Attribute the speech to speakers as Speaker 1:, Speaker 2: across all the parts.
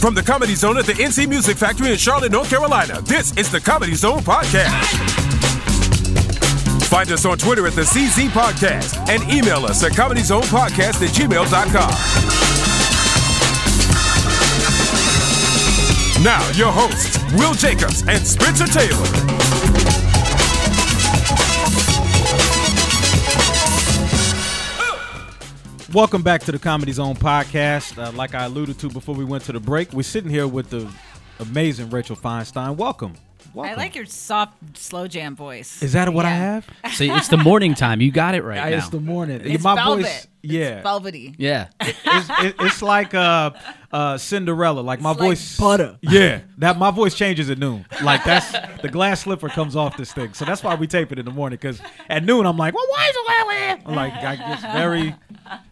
Speaker 1: From the Comedy Zone at the NC Music Factory in Charlotte, North Carolina, this is the Comedy Zone Podcast. Find us on Twitter at the CZ Podcast and email us at comedyzonepodcast at gmail.com. Now, your hosts, Will Jacobs and Spencer Taylor.
Speaker 2: Welcome back to the Comedy Zone podcast. Uh, like I alluded to before we went to the break, we're sitting here with the amazing Rachel Feinstein. Welcome. Welcome.
Speaker 3: I like your soft slow jam voice.
Speaker 2: Is that what I
Speaker 3: Yeah.
Speaker 2: have?
Speaker 4: See, it's the morning time. You got it right
Speaker 2: I-
Speaker 4: now.
Speaker 2: It's the morning.
Speaker 3: It's
Speaker 2: My
Speaker 3: velvet.
Speaker 2: voice, yeah,
Speaker 3: It's velvety.
Speaker 4: yeah.
Speaker 2: it's, it- it's like uh, uh, Cinderella. Like my
Speaker 3: It's like
Speaker 2: voice,
Speaker 3: butter.
Speaker 2: Yeah, that my voice changes at noon. Like that's the glass slipper comes off this thing. So that's why we tape it in the morning. Because at noon I'm like, well, why is it where we? Like I get very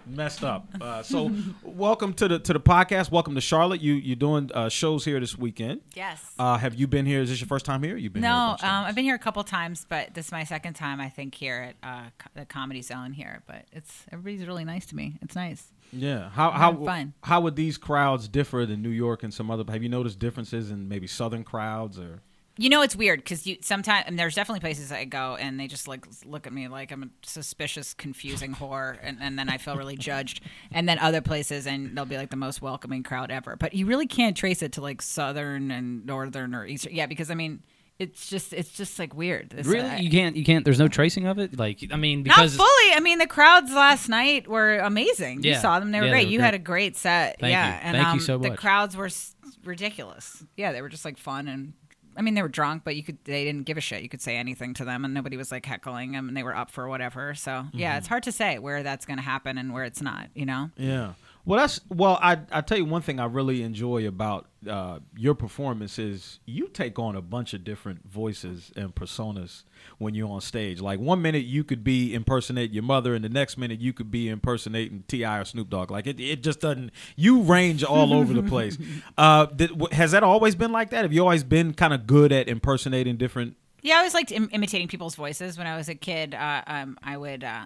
Speaker 2: messed up. Uh, so welcome to the to the podcast. Welcome to Charlotte. You you doing uh, shows here this weekend?
Speaker 3: Yes.
Speaker 2: Uh, have you been here? Is this your first time here? You've been here a
Speaker 3: no,
Speaker 2: bunch of
Speaker 3: um,
Speaker 2: times?
Speaker 3: I've been here a couple times, but this is my second time I think here at uh, co- the Comedy Zone here. But it's everybody's really nice to me. It's nice.
Speaker 2: Yeah. How how
Speaker 3: having fun.
Speaker 2: how would these crowds differ than New York and some other? Have you noticed differences in maybe Southern crowds or?
Speaker 3: You know, it's weird because you sometimes and there's definitely places I go and they just like look at me like I'm a suspicious, confusing whore, and, and then I feel really judged. And then other places and they'll be like the most welcoming crowd ever. But you really can't trace it to like southern and northern or eastern. Yeah, because I mean, it's just it's just like weird. It's-
Speaker 4: Really?
Speaker 3: I-
Speaker 4: You can't you can't there's no tracing of it? Like I mean
Speaker 3: not
Speaker 4: because
Speaker 3: fully. I mean, the crowds last night were amazing. You
Speaker 4: Yeah.
Speaker 3: saw them; they were
Speaker 4: Yeah, they
Speaker 3: great.
Speaker 4: were
Speaker 3: you
Speaker 4: great.
Speaker 3: had a great set.
Speaker 4: Thank
Speaker 3: yeah,
Speaker 4: you.
Speaker 3: and
Speaker 4: Thank
Speaker 3: um,
Speaker 4: you so
Speaker 3: the
Speaker 4: much.
Speaker 3: crowds were s- ridiculous. Yeah, they were just like fun and. I mean, they were drunk, but you could—they didn't give a shit. You could say anything to them, and nobody was like heckling them, and they were up for whatever. So,
Speaker 4: Mm-hmm.
Speaker 3: yeah, it's hard to say where that's going to happen and where it's not. You know?
Speaker 2: Yeah. Well, that's well. I I tell you one thing I really enjoy about uh, your performance is you take on a bunch of different voices and personas when you're on stage. Like one minute you could be impersonating your mother, and the next minute you could be impersonating Ti or Snoop Dogg. Like it, it just doesn't. You range all over the place. Uh, did, w- has that always been like that? Have you always been kind of good at impersonating different?
Speaker 3: Yeah, I always liked Im- imitating people's voices. When I was a kid, uh, um, I would. Uh,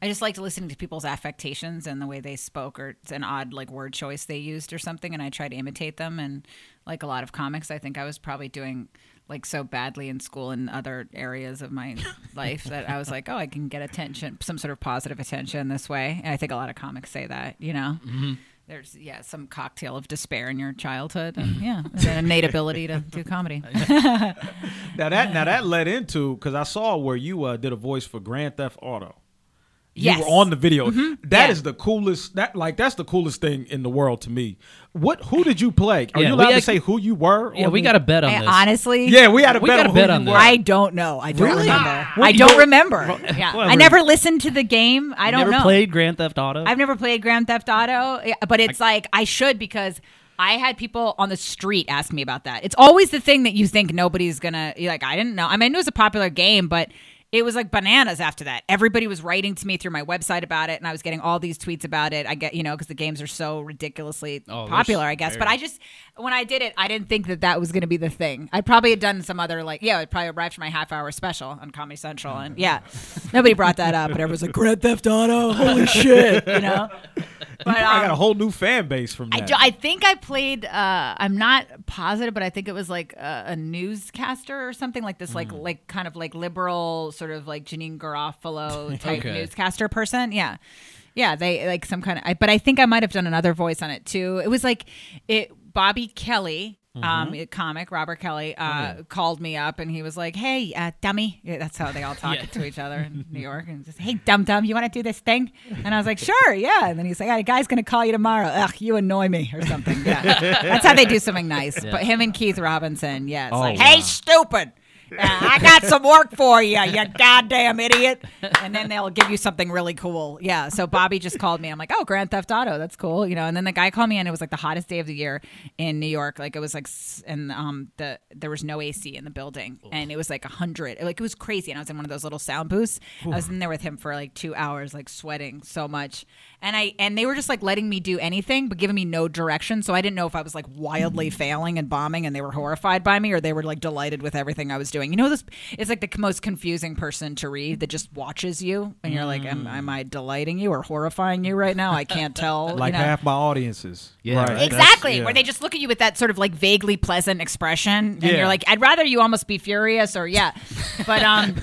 Speaker 3: I just liked listening to people's affectations and the way they spoke, or it's an odd like word choice they used or something, and I tried to imitate them. And like a lot of comics, I think I was probably doing like so badly in school and other areas of my life that I was like, oh, I can get attention, some sort of positive attention this way. And I think a lot of comics say that, you know. There's yeah some cocktail of despair in your childhood and yeah and then innate ability to do comedy.
Speaker 2: Now that now that led into because I saw where you uh, did a voice for Grand Theft Auto.
Speaker 3: Yes. Mm-hmm.
Speaker 2: You were on the video. That is
Speaker 3: Yeah.
Speaker 2: the coolest. That like that's the coolest thing in the world to me. What? Who did you play? Are
Speaker 4: Yeah,
Speaker 2: you
Speaker 4: we
Speaker 2: allowed to
Speaker 4: act-
Speaker 2: say who you were?
Speaker 4: Yeah,
Speaker 2: on
Speaker 4: we
Speaker 2: the-
Speaker 4: got a bet on
Speaker 3: I
Speaker 4: this.
Speaker 3: honestly
Speaker 2: Yeah, we had a
Speaker 4: We
Speaker 2: bet
Speaker 4: got a
Speaker 2: on
Speaker 4: bet
Speaker 2: who
Speaker 4: on
Speaker 2: you
Speaker 4: this.
Speaker 2: were.
Speaker 3: I don't know. I don't remember.
Speaker 4: Well,
Speaker 3: I
Speaker 4: you
Speaker 3: don't
Speaker 4: don't-
Speaker 3: remember. Yeah. I
Speaker 4: whatever.
Speaker 3: never listened to the game. I don't
Speaker 4: never
Speaker 3: know.
Speaker 4: played Grand Theft Auto.
Speaker 3: I've never played Grand Theft Auto, yeah, but it's like I should because I had people on the street ask me about that. It's always the thing that you think nobody's gonna you're like. I didn't know. I mean, I knew it was a popular game, but it was like bananas after that. Everybody was writing to me through my website about it, and I was getting all these tweets about it. I get you know because the games are so ridiculously
Speaker 4: Oh, they're
Speaker 3: popular, I guess. But I just when I did it, I didn't think that that was gonna be the thing. I probably had done some other like yeah, I probably arrived for my half hour special on Comedy Central, and yeah, nobody brought that up, but everyone's like Grand Theft Auto, holy shit, you know. But
Speaker 2: I got a
Speaker 3: um,
Speaker 2: whole new fan base from
Speaker 3: I,
Speaker 2: that.
Speaker 3: do- I think I played. Uh, I'm not positive, but I think it was like a, a newscaster or something like this,
Speaker 2: Mm.
Speaker 3: like like kind of like liberal, sort of like Janine Garofalo type
Speaker 4: Okay.
Speaker 3: newscaster person. Yeah, yeah. They like some kind of. I, but I think I might have done another voice on it too. It was like it. Bobby Kelly.
Speaker 4: Mm-hmm.
Speaker 3: Um, a comic Robert Kelly uh,
Speaker 4: Oh.
Speaker 3: called me up and he was like, "Hey, uh, dummy." Yeah, that's how they all talk
Speaker 4: Yeah.
Speaker 3: to each other in New York. And just, "Hey, dum dum, you want to do this thing?" And I was like, "Sure, yeah." And then he's like, "Ah, "A guy's gonna call you tomorrow. Ugh, you annoy me or something." Yeah, that's how they do something nice. But him and Keith Robinson, yeah, it's
Speaker 4: Oh,
Speaker 3: like, "Hey, stupid." uh, I got some work for you, you goddamn idiot. And then they'll give you something really cool. Yeah. So Bobby just called me. I'm like, oh, Grand Theft Auto. That's cool. You know, and then the guy called me and it was like the hottest day of the year in New York. Like it was like, s- and um, the there was no AC in the building and it was like 100. Like it was crazy. And I was in one of those little sound booths. I was in there with him for like two hours, like sweating so much. And I, and they were just like letting me do anything, but giving me no direction. So I didn't know if I was like wildly failing and bombing and they were horrified by me or they were like delighted with everything I was doing. You know, this it's like the most confusing person to read that just watches you, and you're like, am, am I delighting you or horrifying you right now? I can't tell.
Speaker 2: like
Speaker 3: you know?
Speaker 2: half my audiences.
Speaker 4: Yeah,
Speaker 2: right.
Speaker 4: right.
Speaker 2: That's-
Speaker 3: Exactly,
Speaker 2: yeah.
Speaker 3: where they just look at you with that sort of like vaguely pleasant expression, and
Speaker 2: Yeah.
Speaker 3: you're like, "I'd rather you almost be furious," or yeah, but um,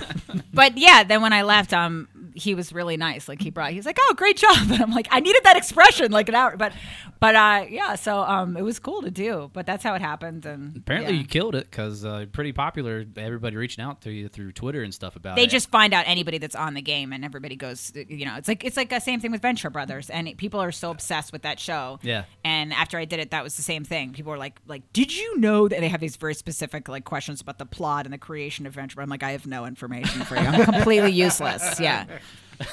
Speaker 3: but yeah. Then when I left, um, he was really nice. Like he brought, he was like, "Oh, great job," and I'm like, "I needed that expression like an hour," but but uh, yeah. So um, it was cool to do, but that's how it happened, and
Speaker 4: Apparently,
Speaker 3: yeah.
Speaker 4: you killed it because uh, pretty popular. Everybody reaching out to you through Twitter and stuff about
Speaker 3: they
Speaker 4: it.
Speaker 3: just find out anybody that's on the game and everybody goes you know it's like it's like the same thing with venture brothers and it, people are so obsessed with that show
Speaker 4: Yeah.
Speaker 3: and after i did it that was the same thing people were like like did you know that they have these very specific like questions about the plot and the creation of venture i'm like i have no information for you i'm completely useless yeah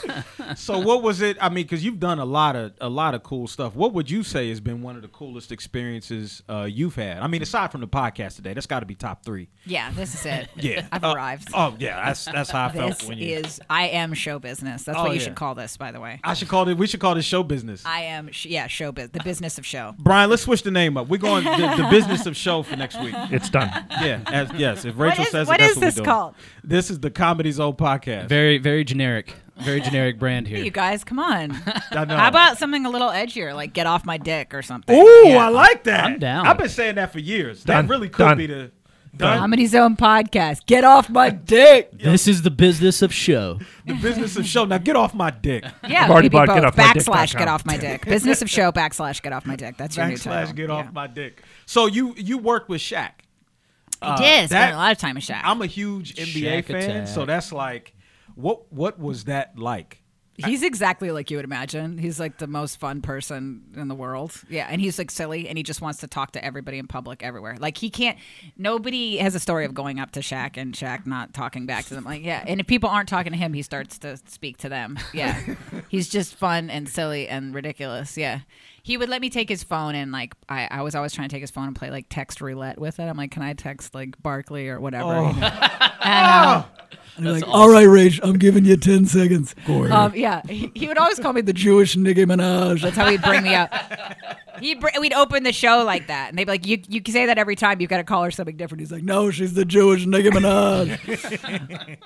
Speaker 2: so what was it? I mean, because you've done a lot of a lot of cool stuff. What would you say has been one of the coolest experiences uh, you've had? I mean, aside from the podcast today, that's got to be top three.
Speaker 3: yeah this is it
Speaker 2: Yeah,
Speaker 3: i've
Speaker 2: Uh,
Speaker 3: arrived
Speaker 2: Oh yeah, that's that's how I felt
Speaker 3: this
Speaker 2: when you.
Speaker 3: is i am show business that's
Speaker 2: Oh,
Speaker 3: what you
Speaker 2: yeah.
Speaker 3: should call this by the way
Speaker 2: I should call it. We should call this show business.
Speaker 3: i am sh- yeah show biz the business of show
Speaker 2: Brian, let's switch the name up. We're going the, the business of show for next week.
Speaker 5: It's done.
Speaker 2: Yeah, as, yes. If Rachel
Speaker 3: is-
Speaker 2: says
Speaker 3: what is
Speaker 2: it, that's what we're
Speaker 3: this
Speaker 2: doing.
Speaker 3: called?
Speaker 2: This is the Comedy Zone podcast.
Speaker 4: very, very generic, very generic brand here.
Speaker 3: you guys come on
Speaker 2: I know.
Speaker 3: How about something a little edgier, like "Get off my dick" or something?
Speaker 2: Ooh,
Speaker 3: Yeah.
Speaker 2: I like that.
Speaker 4: I'm down.
Speaker 2: I've been saying that for years. That
Speaker 5: Done.
Speaker 2: really could
Speaker 5: Done.
Speaker 2: be the done.
Speaker 3: Comedy Zone podcast. Get off my dick.
Speaker 4: This is the business of show.
Speaker 2: the business of show. Now get off my dick.
Speaker 3: Yeah,
Speaker 5: I've already
Speaker 3: maybe
Speaker 5: bought
Speaker 3: both.
Speaker 5: Get Off My Dick dot
Speaker 3: backslash
Speaker 5: com.
Speaker 3: get off my dick. Business of show backslash get off my dick. That's your new title.
Speaker 2: Backslash, get
Speaker 3: Yeah.
Speaker 2: off my dick. So you you worked with Shaq. Uh,
Speaker 3: I did
Speaker 2: that-
Speaker 3: spend a lot of time in Shaq.
Speaker 2: I'm a huge NBA
Speaker 4: Shaq
Speaker 2: fan,
Speaker 4: attack.
Speaker 2: so that's like, what what was that like?
Speaker 3: he's exactly like you would imagine. He's like the most fun person in the world. Yeah, and he's like silly, and he just wants to talk to everybody in public everywhere. Like he can't. Nobody has a story of going up to Shaq and Shaq not talking back to them. Like yeah, and if people aren't talking to him, he starts to speak to them. Yeah, he's just fun and silly and ridiculous. Yeah. He would let me take his phone and like I, I was always trying to take his phone and play like text roulette with it. I'm like, can I text like Barkley or whatever? you know? And, um,
Speaker 6: like, all right, Rach, I'm giving you 10 seconds.
Speaker 3: Um, yeah, he, he would always call me the. Jew.
Speaker 6: Jewish Nicki Minaj.
Speaker 3: That's how he'd bring me up. He br- we'd open the show like that, and they'd be like, "You you say that every time. You've got to call her something different." He's like,
Speaker 6: No, she's the Jewish Nicki Minaj.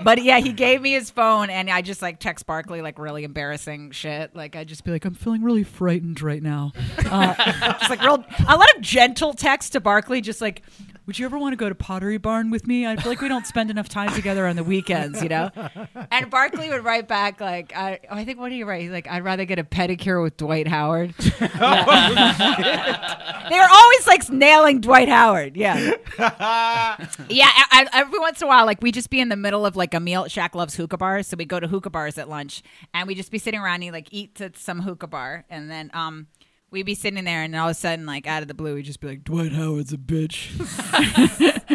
Speaker 3: "But yeah, he gave me his phone, and I just like text Barkley like really embarrassing shit. Like I just be like, I'm feeling really frightened right now. Uh, just like real a lot of gentle text to Barkley, just like." Would you ever want to go to Pottery Barn with me? I feel like we don't spend enough time together on the weekends, you know? And Barkley would write back, like, I, oh, I think, what do you write? He's like, I'd rather get a pedicure with Dwight Howard. They were always like nailing Dwight Howard. Yeah. yeah. I, I- every once in a while, like we just be in the middle of like a meal. Shaq loves hookah bars. So we go to hookah bars at lunch and we just be sitting around and he like eats at some hookah bar. And then, um, We'd be sitting there, and all of a sudden, like out of the blue, we'd just be like,
Speaker 6: Dwight Howard's a bitch.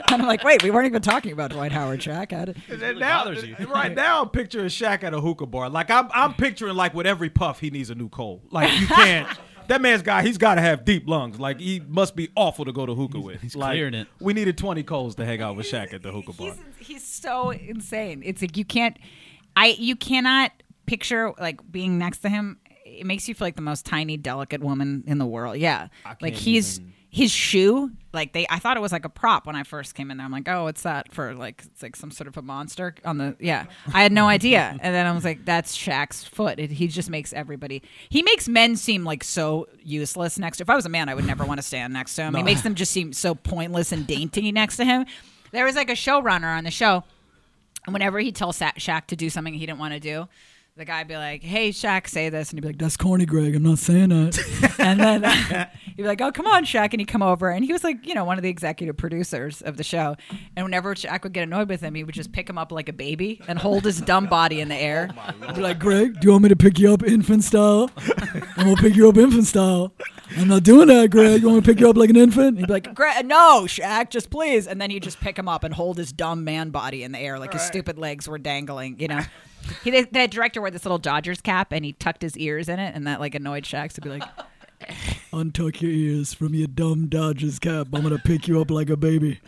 Speaker 3: "I'm like, wait, we weren't even talking about Dwight Howard, Shaq." How did-
Speaker 2: And now,
Speaker 4: bothers you.
Speaker 2: right now, I'm picturing Shaq at a hookah bar. Like I'm, I'm picturing like with every puff, he needs a new cold. Like you can't. that man's got. He's got to have deep lungs. Like he must be awful to go to hookah with.
Speaker 4: he's
Speaker 2: like,
Speaker 4: clearing it.
Speaker 2: We needed 20 colds to hang out with Shaq at the hookah bar.
Speaker 3: he's, he's so insane. It's like you can't, I you cannot picture like being next to him. It makes you feel like the most tiny, delicate woman in the world. Yeah, like he's his shoe. Like they, I thought it was like a prop when I first came in there. I'm like, oh, it's that for like it's like some sort of a monster on the. Yeah, I had no idea, and then I was like, that's Shaq's foot. It, he just makes everybody. He makes men seem like so useless next. to If I was a man, I would never want to stand next to him. He makes them just seem so pointless and dainty next to him there was like a showrunner on the show, and whenever he tells Sa- Shaq to do something he didn't want to do, the guy'd be like, "Hey, Shaq, say this," and he'd be like,
Speaker 6: That's corny, Greg. I'm not saying that.
Speaker 3: and then uh, he'd be like, "Oh, come on, Shaq," and he'd come over, and he was like, you know, one of the executive producers of the show. And whenever Shaq would get annoyed with him, he would just pick him up like a baby and hold his dumb body in the air.
Speaker 6: I'd be like, Greg, do you want me to pick you up infant style? I'm going to pick you up infant style. I'm not doing that, Greg. You want me to pick you up like an infant? He'd be like,
Speaker 3: Gra- no, Shaq, just please. And then you just pick him up and hold his dumb man body in the air, like his stupid legs were dangling. You know, he the, the director wore this little Dodgers cap, and he tucked his ears in it, and that like annoyed Shaq to be like,
Speaker 6: untuck your ears from your dumb Dodgers cap. I'm going to pick you up like a baby.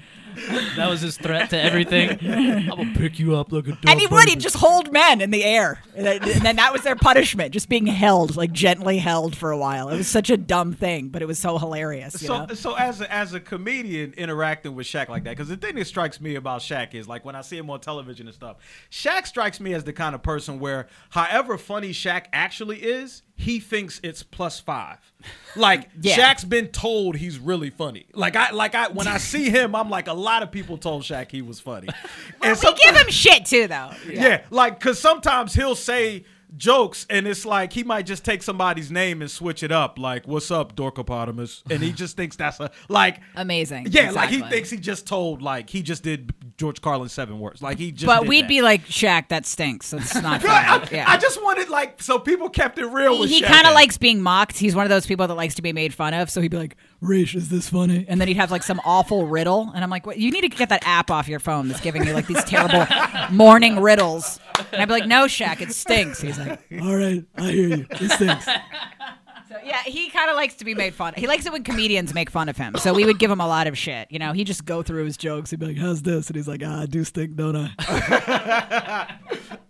Speaker 4: That was his threat to everything. I'm gonna pick you up like a dog.
Speaker 3: And he would. He'd just hold men in the air. And then- and then that was their punishment, just being held, like gently held for a while. It was such a dumb thing, but it was so hilarious. You
Speaker 2: So,
Speaker 3: know?
Speaker 2: so as a, as a comedian interacting with Shaq like that, because the thing that strikes me about Shaq is like when I see him on television and stuff, Shaq strikes me as the kind of person where, however funny Shaq actually is, he thinks it's plus five. Like
Speaker 3: Yeah.
Speaker 2: Shaq's been told he's really funny. Like I like I when I see him, I'm like a lot of people told Shaq he was funny. and
Speaker 3: We
Speaker 2: sometimes-
Speaker 3: give him shit too, though.
Speaker 2: yeah. like because sometimes he'll say jokes and it's like he might just take somebody's name and switch it up like what's up dorkopotamus and he just thinks that's a like
Speaker 3: Amazing.
Speaker 2: yeah like he
Speaker 3: Exactly.
Speaker 2: thinks he just told like he just did george carlin seven words like he just
Speaker 3: But
Speaker 2: did
Speaker 3: we'd
Speaker 2: that.
Speaker 3: be like, Shaq, that stinks. That's not
Speaker 2: I,
Speaker 3: funny. Yeah.
Speaker 2: I just wanted like so people kept it real with
Speaker 3: he
Speaker 2: Shaq.
Speaker 3: kind of likes being mocked. He's one of those people that likes to be made fun of. So he'd be like,
Speaker 6: Raish, is this funny?
Speaker 3: and then he'd have like some awful riddle. And I'm like, what? you need to get that app off your phone that's giving you like these terrible morning riddles. And I'd be like, no, Shaq, it stinks. He's like,
Speaker 6: All right, I hear you. It stinks.
Speaker 3: So, yeah, he kind of likes to be made fun. He likes it when comedians make fun of him. So we would give him a lot of shit. You know, he just go through his jokes.
Speaker 6: Jokes. He'd be like, "How's this?" And he's like, "Ah, I do stink, don't I?"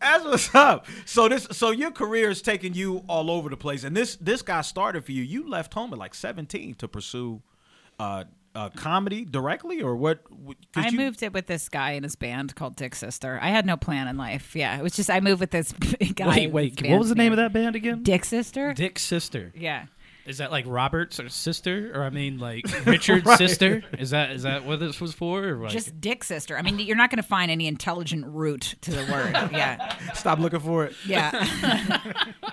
Speaker 2: That's what's up. So this, so your career is taking you all over the place, and this this guy started for you. You left home at like seventeen to pursue uh, uh, comedy directly, or what? w- 'cause
Speaker 3: I
Speaker 2: you-
Speaker 3: moved it with this guy in his band called Dick Sister. I had no plan in life. Yeah, it was just I moved with this guy.
Speaker 4: Wait, wait. What was the name of that band again?
Speaker 3: Dick Sister.
Speaker 4: Dick's sister.
Speaker 3: Yeah.
Speaker 4: Is that like Robert's or sister, or I mean like Richard's sister? Is that is that what this was for? Or like,
Speaker 3: Just Dick Sister. I mean, you're not going to find any intelligent root to the word. Yeah.
Speaker 2: Stop looking for it.
Speaker 3: Yeah.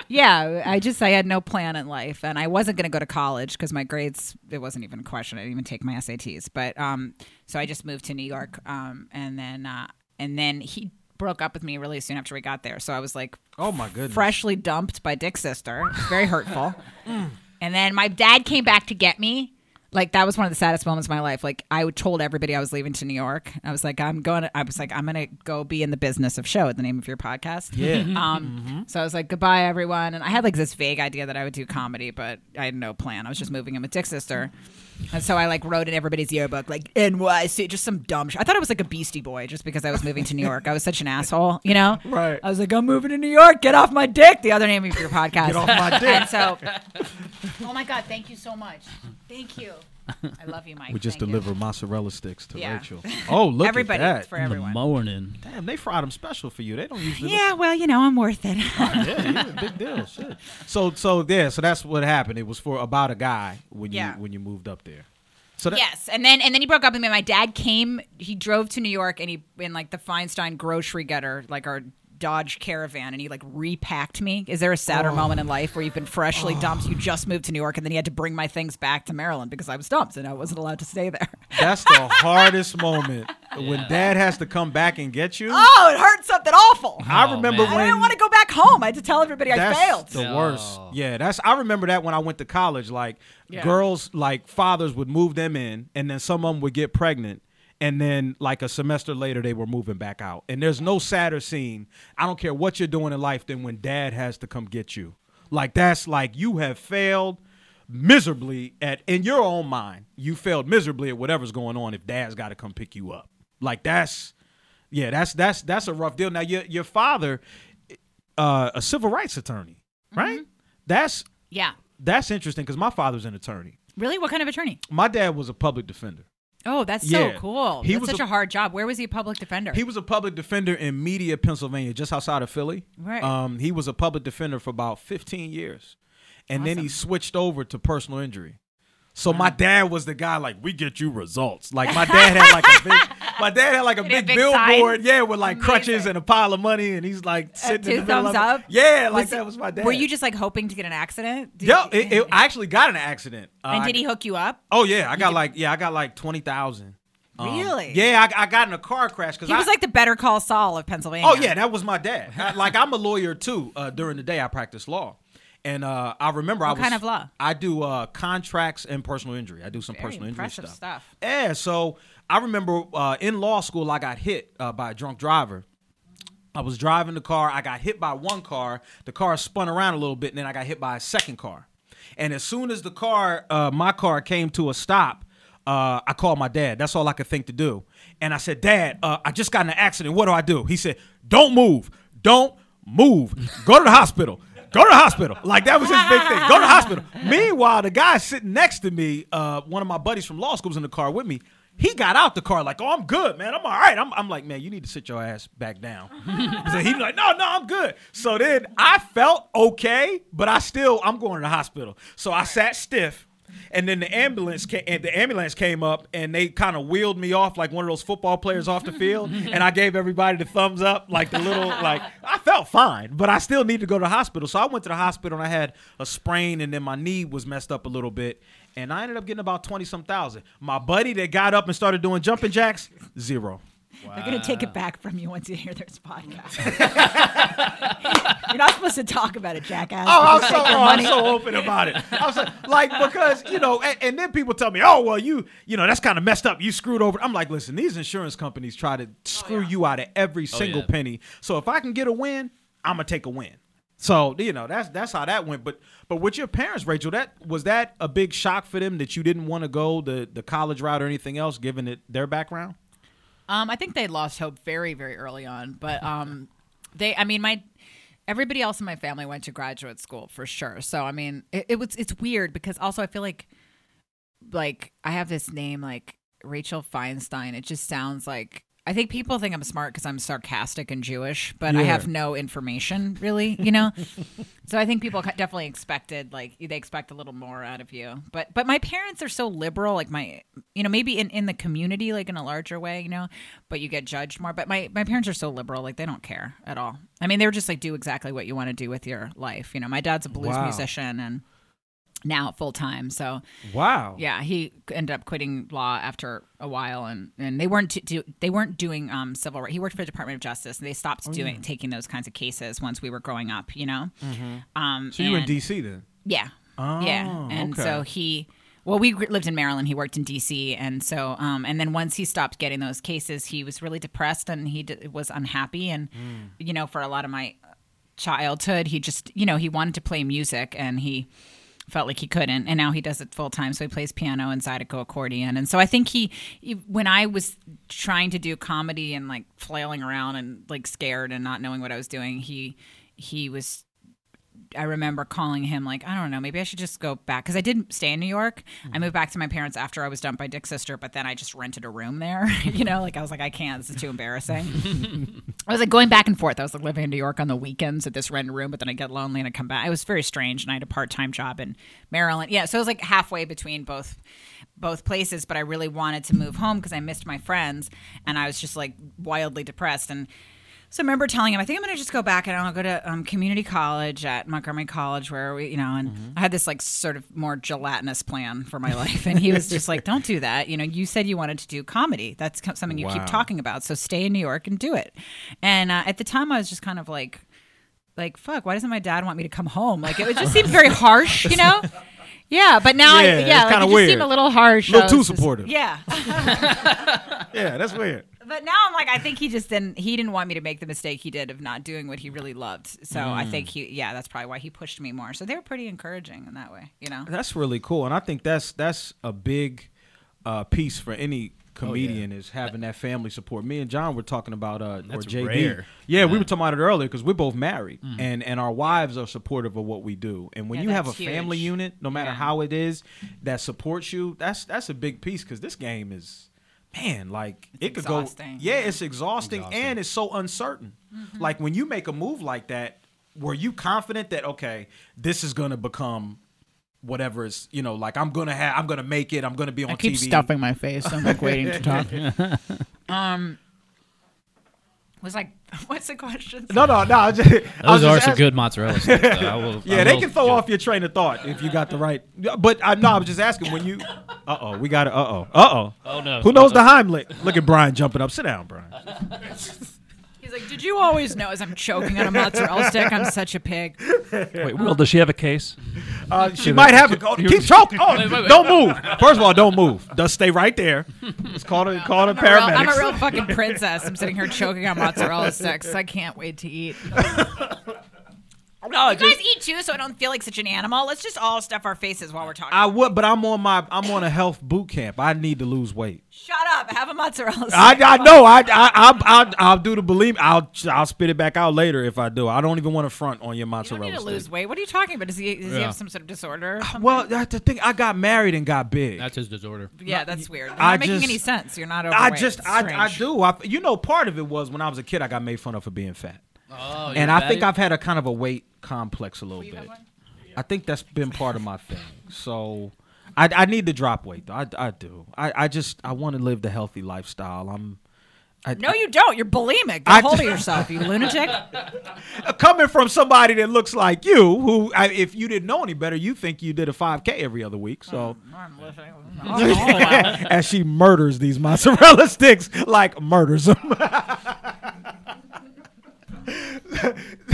Speaker 3: yeah. I just, I had no plan in life. And I wasn't going to go to college because my grades, it wasn't even a question. I didn't even take my SATs. But um, so I just moved to New York. Um, and then, uh, and then he broke up with me really soon after we got there. So I was like,
Speaker 2: Oh my goodness!
Speaker 3: freshly dumped by Dick's sister. Very hurtful. and then my dad came back to get me. Like that was one of the saddest moments of my life. Like I told everybody I was leaving to New York. I was like, I'm going. To, I was like, I'm going to go be in the business of show. The name of your podcast. Yeah. um. So I was like, goodbye, everyone. And I had like this vague idea that I would do comedy, but I had no plan. I was just moving in with Dick's sister. And so I like wrote in everybody's yearbook like NYC, just some dumb shit. I thought I was like a Beastie Boy just because I was moving to New York. I was such an asshole, you know.
Speaker 2: Right.
Speaker 3: I was like, I'm moving to New York. Get off my dick. The other name of your podcast.
Speaker 2: Get off my dick.
Speaker 3: And so, oh my god, thank you so much. Thank you. I love you, Mike.
Speaker 2: We just
Speaker 3: Thank you.
Speaker 2: deliver mozzarella sticks to
Speaker 3: Yeah.
Speaker 2: Rachel. Oh, look
Speaker 3: everybody
Speaker 2: at that!
Speaker 3: for everyone.
Speaker 4: morning.
Speaker 2: Damn, they fried them special for you. They don't usually.
Speaker 3: yeah, well, you know, I'm worth it.
Speaker 2: yeah, yeah, big deal. Shit. So, so there. So that's what happened. It was for about a guy when you
Speaker 3: Yeah.
Speaker 2: when you moved up there. So that,
Speaker 3: yes, and then and then he broke up with me. My dad came. He drove to New York, and he in like the Feinstein grocery gutter, like our Dodge Caravan, and he like repacked me. Is there a sadder
Speaker 2: Oh.
Speaker 3: moment in life where you've been freshly dumped? You just moved to New York, and then you had to bring my things back to Maryland because I was dumped and I wasn't allowed to stay there.
Speaker 2: That's the hardest moment when dad has to come back and get you.
Speaker 3: Oh, it hurt something awful.
Speaker 2: I
Speaker 4: Oh,
Speaker 2: remember
Speaker 4: man.
Speaker 3: I
Speaker 2: when
Speaker 3: didn't want to go back home. I had to tell everybody I
Speaker 2: that's
Speaker 3: failed.
Speaker 2: the
Speaker 4: No.
Speaker 2: worst. Yeah, that's I remember that when I went to college like
Speaker 3: Yeah.
Speaker 2: girls like fathers would move them in and then some of them would get pregnant and then like a semester later they were moving back out. And there's no sadder scene. I don't care what you're doing in life than when dad has to come get you. Like that's like you have failed miserably at in your own mind. You failed miserably at whatever's going on if dad's got to come pick you up. Like that's yeah, that's that's that's a rough deal. Now your your father, uh, a civil rights attorney, right?
Speaker 3: Mm-hmm.
Speaker 2: That's
Speaker 3: yeah.
Speaker 2: that's interesting because my father's an attorney.
Speaker 3: Really? What kind of attorney?
Speaker 2: My dad was a public defender.
Speaker 3: Oh, that's
Speaker 2: Yeah.
Speaker 3: so cool.
Speaker 2: He
Speaker 3: that's
Speaker 2: was
Speaker 3: such
Speaker 2: a-
Speaker 3: a, hard job. Where was he a public defender?
Speaker 2: He was a public defender in Media, Pennsylvania, just outside of Philly.
Speaker 3: Right.
Speaker 2: Um, he was a public defender for about 15 years, and then he switched over to personal injury. So my dad was the guy like we get you results. Like my dad had like a big, my dad had like a
Speaker 3: He had a big
Speaker 2: big, billboard,
Speaker 3: sign.
Speaker 2: yeah, with like crutches
Speaker 3: Amazing. Uh,
Speaker 2: and a pile of money, and he's like sitting in
Speaker 3: two
Speaker 2: the middle
Speaker 3: thumbs
Speaker 2: of it.
Speaker 3: up.
Speaker 2: Yeah, like
Speaker 3: Was
Speaker 2: that
Speaker 3: it-
Speaker 2: was my dad.
Speaker 3: Were you just like hoping to get an accident? Did
Speaker 2: Yo,
Speaker 3: you-
Speaker 2: it, it, I actually got in an accident. Uh,
Speaker 3: and
Speaker 2: I-
Speaker 3: did he hook you up?
Speaker 2: Oh yeah, I got like yeah, I got like twenty thousand.
Speaker 3: Really?
Speaker 2: Um, Yeah, I, I got in a car crash because
Speaker 3: He was like the Better Call Saul of Pennsylvania.
Speaker 2: Oh yeah, that was my dad. I- like I'm a lawyer too. Uh, during the day, I practice law, and uh, I remember I was
Speaker 3: kind of law?
Speaker 2: I do uh, contracts and personal injury. I do some personal injury
Speaker 3: impressive
Speaker 2: stuff.
Speaker 3: stuff.
Speaker 2: Yeah, so I remember uh, in law school I got hit uh, by a drunk driver. I was driving the car. I got hit by one car. The car spun around a little bit, and then I got hit by a second car. And as soon as the car, uh, my car came to a stop, Uh, I called my dad. That's all I could think to do. And I said, Dad, uh, I just got in an accident. What do I do? He said, Don't move. Don't move. Go to the hospital. Go to the hospital. Like that was his big thing. Go to the hospital. Meanwhile, the guy sitting next to me, uh, one of my buddies from law school was in the car with me. He got out the car like, oh, I'm good, man. I'm all right. I'm, I'm like, man, you need to sit your ass back down. so he's like, no, no, I'm good. So then I felt okay, but I still, I'm going to the hospital. So I sat stiff. And then the ambulance came, and the ambulance came up, and they kind of wheeled me off like one of those football players off the field. and I gave everybody the thumbs up, like the little, like I felt fine, but I still need to go to the hospital. So I went to the hospital, and I had a sprain, and then my knee was messed up a little bit, and I ended up getting about twenty some thousand. My buddy that got up and started doing jumping jacks, zero.
Speaker 3: They're going to take it back from you once you hear this podcast. You're not supposed to talk about it, jackass.
Speaker 2: Oh, I'm
Speaker 3: They'll
Speaker 2: so,
Speaker 3: take your
Speaker 2: oh, I'm
Speaker 3: money.
Speaker 2: so open about it. I was like, like, because you know, and, and then people tell me, oh well, you you know that's kind of messed up. You screwed over. I'm like, listen, these insurance companies try to screw
Speaker 3: Oh,
Speaker 2: you out of every single
Speaker 4: yeah.
Speaker 2: penny. So if I can get a win, I'm gonna take a win. So you know that's that's how that went. But but with your parents, Rachel, that was that a big shock for them that you didn't want to go the the college route or anything else, given it their background.
Speaker 3: Um, I think they lost hope very, very early on. But um, they, I mean, my everybody else in my family went to graduate school for sure. So I mean, it, it was it's weird because also I feel like like I have this name like Rachel Feinstein. It just sounds like I think people think I'm smart because I'm sarcastic and Jewish, but I
Speaker 2: Yeah.
Speaker 3: have no information really, you know. so I think people ca- definitely expected like they expect a little more out of you. But but my parents are so liberal, like my you know maybe in in the community like in a larger way, you know. But you get judged more. But my my parents are so liberal, like they don't care at all. I mean, they were just like do exactly what you want to do with your life. You know, my dad's a blues
Speaker 2: Wow.
Speaker 3: musician and now full time, so
Speaker 2: Wow.
Speaker 3: yeah, he ended up quitting law after a while, and, and they weren't to do, they weren't doing um, civil right. He worked for the Department of Justice, and they stopped
Speaker 2: Oh,
Speaker 3: doing taking those kinds of cases once we were growing up. You know, um,
Speaker 2: Mm-hmm. So you were in
Speaker 3: and-
Speaker 2: D.C. then?
Speaker 3: yeah. yeah.
Speaker 2: Oh,
Speaker 3: And
Speaker 2: okay.
Speaker 3: so he, well, we gr- lived in Maryland. He worked in D.C. And so, um, and then once he stopped getting those cases, he was really depressed and he d- was unhappy. And,
Speaker 2: Mm.
Speaker 3: you know, for a lot of my childhood, he just, you know, he wanted to play music and he felt like he couldn't. And now he does it full time. So he plays piano and zydeco accordion. And so I think he, he- when I was trying to do comedy and like flailing around and like scared and not knowing what I was doing, he, he was I remember calling him like, I don't know, maybe I should just go back because I didn't stay in New York. I moved back to my parents after I was dumped by Dick's sister, but then I just rented a room there. you know, like I was like, I can't. This is too embarrassing. I was like going back and forth. I was like living in New York on the weekends at this rent room, but then I get lonely and I come back. It was very strange, and I had a part time job in Maryland. Yeah, so it was like halfway between both both places. But I really wanted to move home because I missed my friends, and I was just like wildly depressed. And so I remember telling him, I think I'm going to just go back and I'll go to um, community college at Montgomery College, where we, you know, and
Speaker 2: Mm-hmm.
Speaker 3: I had this like sort of more gelatinous plan for my life, and he was just like, "Don't do that." You know, you said you wanted to do comedy. That's co- something you keep
Speaker 2: Wow.
Speaker 3: talking talking about. So stay in New York and do it. And uh, at the time, I was just kind of like, like fuck, why doesn't my dad want me to come home? Like it would just seemed very harsh, you know. Yeah, but now
Speaker 2: Yeah,
Speaker 3: I
Speaker 2: it's
Speaker 3: yeah, like,
Speaker 2: kinda
Speaker 3: it just
Speaker 2: weird.
Speaker 3: seemed a little harsh.
Speaker 2: Little
Speaker 3: I
Speaker 2: too
Speaker 3: was just-
Speaker 2: supportive.
Speaker 3: Yeah, Uh,
Speaker 2: Yeah, that's weird.
Speaker 3: but now I'm like, I think he just didn't. He didn't want me to make the mistake he did of not doing what he really loved. So I
Speaker 5: Hmm.
Speaker 3: think he, yeah, that's probably why he pushed me more. So they were pretty encouraging in that way, you know.
Speaker 2: That's really cool, and I think that's that's a big uh, piece for any comedian is having that family support. Me and John were talking about uh, or
Speaker 4: That's
Speaker 2: JD.
Speaker 4: rare.
Speaker 2: Yeah, we were talking about it earlier because we're both married, and and our wives are supportive of what we do. And when
Speaker 3: Yeah,
Speaker 2: you have a
Speaker 3: that's
Speaker 2: family
Speaker 3: huge.
Speaker 2: unit, no matter
Speaker 3: Yeah.
Speaker 2: how it is, that supports you, that's that's a big piece because this game is. Man, like it could
Speaker 3: exhausting. Mm-hmm.
Speaker 2: go. Yeah, it's exhausting, and it's so uncertain. Like when you make a move like that, were you confident that okay, this is gonna become whatever is you know like i'm gonna have i'm gonna make it i'm gonna be on
Speaker 5: I keep
Speaker 2: tv
Speaker 5: stuffing my face. I'm like waiting to talk.
Speaker 3: Um, Was like, what's the question?
Speaker 2: no no no I just, I
Speaker 4: Those
Speaker 2: was just
Speaker 4: are some
Speaker 2: asking-
Speaker 4: good mozzarella sticks. though. I will,
Speaker 2: yeah
Speaker 4: I
Speaker 2: they
Speaker 4: will
Speaker 2: can throw
Speaker 4: ju-
Speaker 2: off your train of thought if you got the right Yeah, but i no i was just asking when you uh-oh we got it uh-oh uh-oh
Speaker 4: Oh, no.
Speaker 2: who knows the heimlich look at brian jumping up sit down brian
Speaker 3: He's like, did you always know? As I'm choking on a mozzarella stick, I'm such a pig.
Speaker 7: Wait, Will, does she have a case?
Speaker 2: uh, she might have it oh, keep choking oh, don't move first of all don't move just stay right there just call the call the
Speaker 3: I'm a real- I'm
Speaker 2: paramedics
Speaker 3: a real fucking princess. I'm sitting here choking on mozzarella sticks. I can't wait to eat.
Speaker 2: No,
Speaker 3: you
Speaker 2: just-
Speaker 3: guys eat too, so I don't feel like such an animal. Let's just all stuff our faces while we're talking.
Speaker 2: I would, but I'm on my I'm on a health boot camp. I need to lose weight.
Speaker 3: Shut up. Have a mozzarella.
Speaker 2: I,
Speaker 3: stick.
Speaker 2: I know. I I I'll, I'll, I'll do the believe. I'll I'll spit it back out later if I do. I don't even want to front on your
Speaker 3: You don't
Speaker 2: mozzarella.
Speaker 3: need to
Speaker 2: stick. Uh,
Speaker 3: lose weight. What are you talking about? Does he, does he
Speaker 4: Yeah.
Speaker 3: have some sort of disorder? or something?
Speaker 2: Well, that's the thing. I got married and got big.
Speaker 4: That's his disorder.
Speaker 3: yeah, that's weird. You're
Speaker 2: I
Speaker 3: not making
Speaker 2: just-
Speaker 3: any sense. You're not
Speaker 2: I
Speaker 3: overweight.
Speaker 2: just
Speaker 3: It's
Speaker 2: I, I
Speaker 3: strange.
Speaker 2: do. I, you know, part of it was when I was a kid, I got made fun of for being fat,
Speaker 4: Oh,
Speaker 2: and I think I've had a kind of a weight complex a little bit. I think that's been part of my thing. So. I, I need to drop weight though. I, I do. I, I just I want to live the healthy lifestyle. I'm I,
Speaker 3: No, you don't. You're bulimic. Get a
Speaker 2: I-
Speaker 3: hold of yourself, you lunatic.
Speaker 2: coming from somebody that looks like you, who I, if you didn't know any better, you think you did a 5K every other week. So
Speaker 3: Mm-hmm.
Speaker 2: as she murders these mozzarella sticks, like murders them.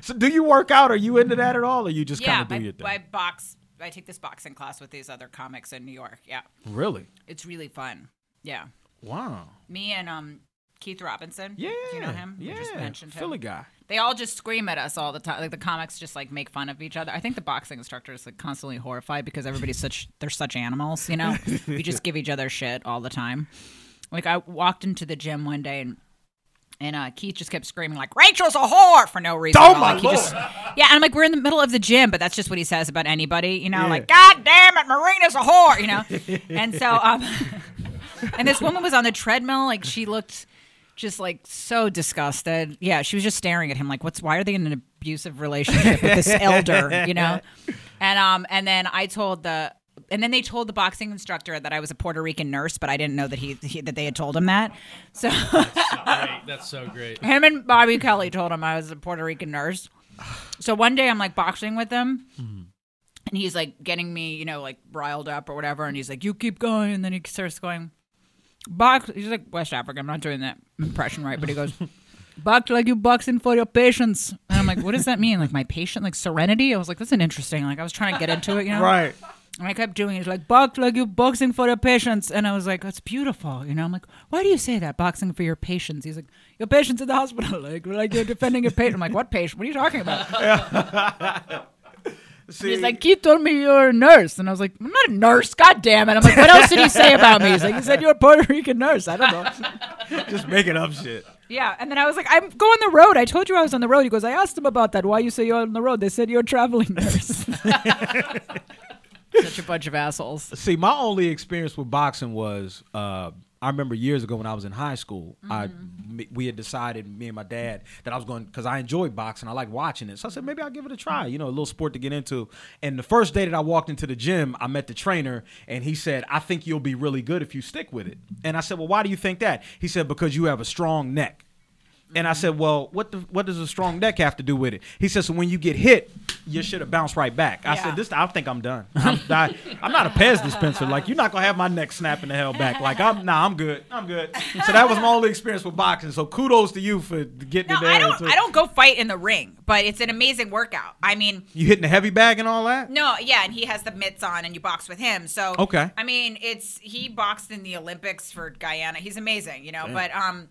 Speaker 2: so do you work out? Are you into that at all? Or you just
Speaker 3: yeah,
Speaker 2: kind of do
Speaker 3: I,
Speaker 2: your thing?
Speaker 3: I box. I take this boxing class with these other comics in New York. Yeah,
Speaker 2: really?
Speaker 3: it's really fun. Yeah,
Speaker 2: Wow.
Speaker 3: me and um Keith Robinson.
Speaker 2: Yeah.
Speaker 3: Do you know him.
Speaker 2: Yeah.
Speaker 3: We just mentioned him.
Speaker 2: Philly guy.
Speaker 3: They all just scream at us all the time. Like the comics just like make fun of each other. I think the boxing instructor is like constantly horrified because everybody's such they're such animals, you know. we just give each other shit all the time. Like I walked into the gym one day and and uh, Keith just kept screaming like Rachel's a whore for no reason.
Speaker 2: Oh,
Speaker 3: at all.
Speaker 2: my
Speaker 3: like, he just- yeah, and I'm like we're in the middle of the gym, but that's just what he says about anybody, you know.
Speaker 2: Yeah.
Speaker 3: Like God damn it, Marina's a whore, you know. and so um, and this woman was on the treadmill, like she looked just like so disgusted. Yeah, she was just staring at him like, "What's? Why are they in an abusive relationship with this elder?" You know. And um, and then I told the, and then they told the boxing instructor that I was a Puerto Rican nurse, but I didn't know that he, he that they had told him that. So
Speaker 4: Great. That's so great.
Speaker 3: him and Bobby Kelly told him I was a Puerto Rican nurse. So one day I'm like boxing with him. And he's like getting me, you know, like riled up or whatever. And he's like, you keep going. And then he starts going, box. He's like, West Africa. I'm not doing that impression right. But he goes, box like you boxing for your patients. And I'm like, what does that mean? Like my patient, like serenity? I was like, that's an interesting. Like I was trying to get into it, you know?
Speaker 2: Right.
Speaker 3: And I kept doing it. He's like, box like you boxing for your patients. And I was like, that's beautiful. You know, I'm like, why do you say that? Boxing for your patients. He's like, your patients in the hospital. Like, like you're defending a patient. I'm like, what patient? What are you talking about? He's like, he told me you're a nurse. And I was like, I'm not a nurse. God damn it. I'm like, what else did he say about me? He's like, he said you're a Puerto Rican nurse. I don't know.
Speaker 2: Just making up shit.
Speaker 3: Yeah, and then I was like, I'm going on the road. I told you I was on the road. He goes, I asked him about that. Why you say you're on the road? They said you're a traveling nurse. Such a bunch of assholes.
Speaker 2: See, my only experience with boxing was uh, I remember years ago when I was in high school. I me- we had decided me and my dad that I was going because I enjoyed boxing. I like watching it, so I said maybe I'll give it a try. You know, a little sport to get into. And the first day that I walked into the gym, I met the trainer, and he said, "I think you'll be really good if you stick with it." And I said, "Well, why do you think that?" He said, "Because you have a strong neck." And I said, "Well, what the, what does a strong neck have to do with it?" He says, "So when you get hit, you should have bounced right back." I
Speaker 3: Yeah.
Speaker 2: said, "This, I think I'm done. I'm, I, I'm not a Pez dispenser. Like you're not gonna have my neck snapping the hell back. Like I'm, nah, I'm good. I'm good." So that was my only experience with boxing. So kudos to you for getting
Speaker 3: No,
Speaker 2: it there.
Speaker 3: I don't.
Speaker 2: too.
Speaker 3: I don't go fight in the ring, but it's an amazing workout. I mean,
Speaker 2: You hitting the heavy bag and all that?
Speaker 3: no, yeah, and he has the mitts on, and you box with him. So
Speaker 2: Okay.
Speaker 3: I mean, it's he boxed in the Olympics for Guyana. He's amazing, you know. But um,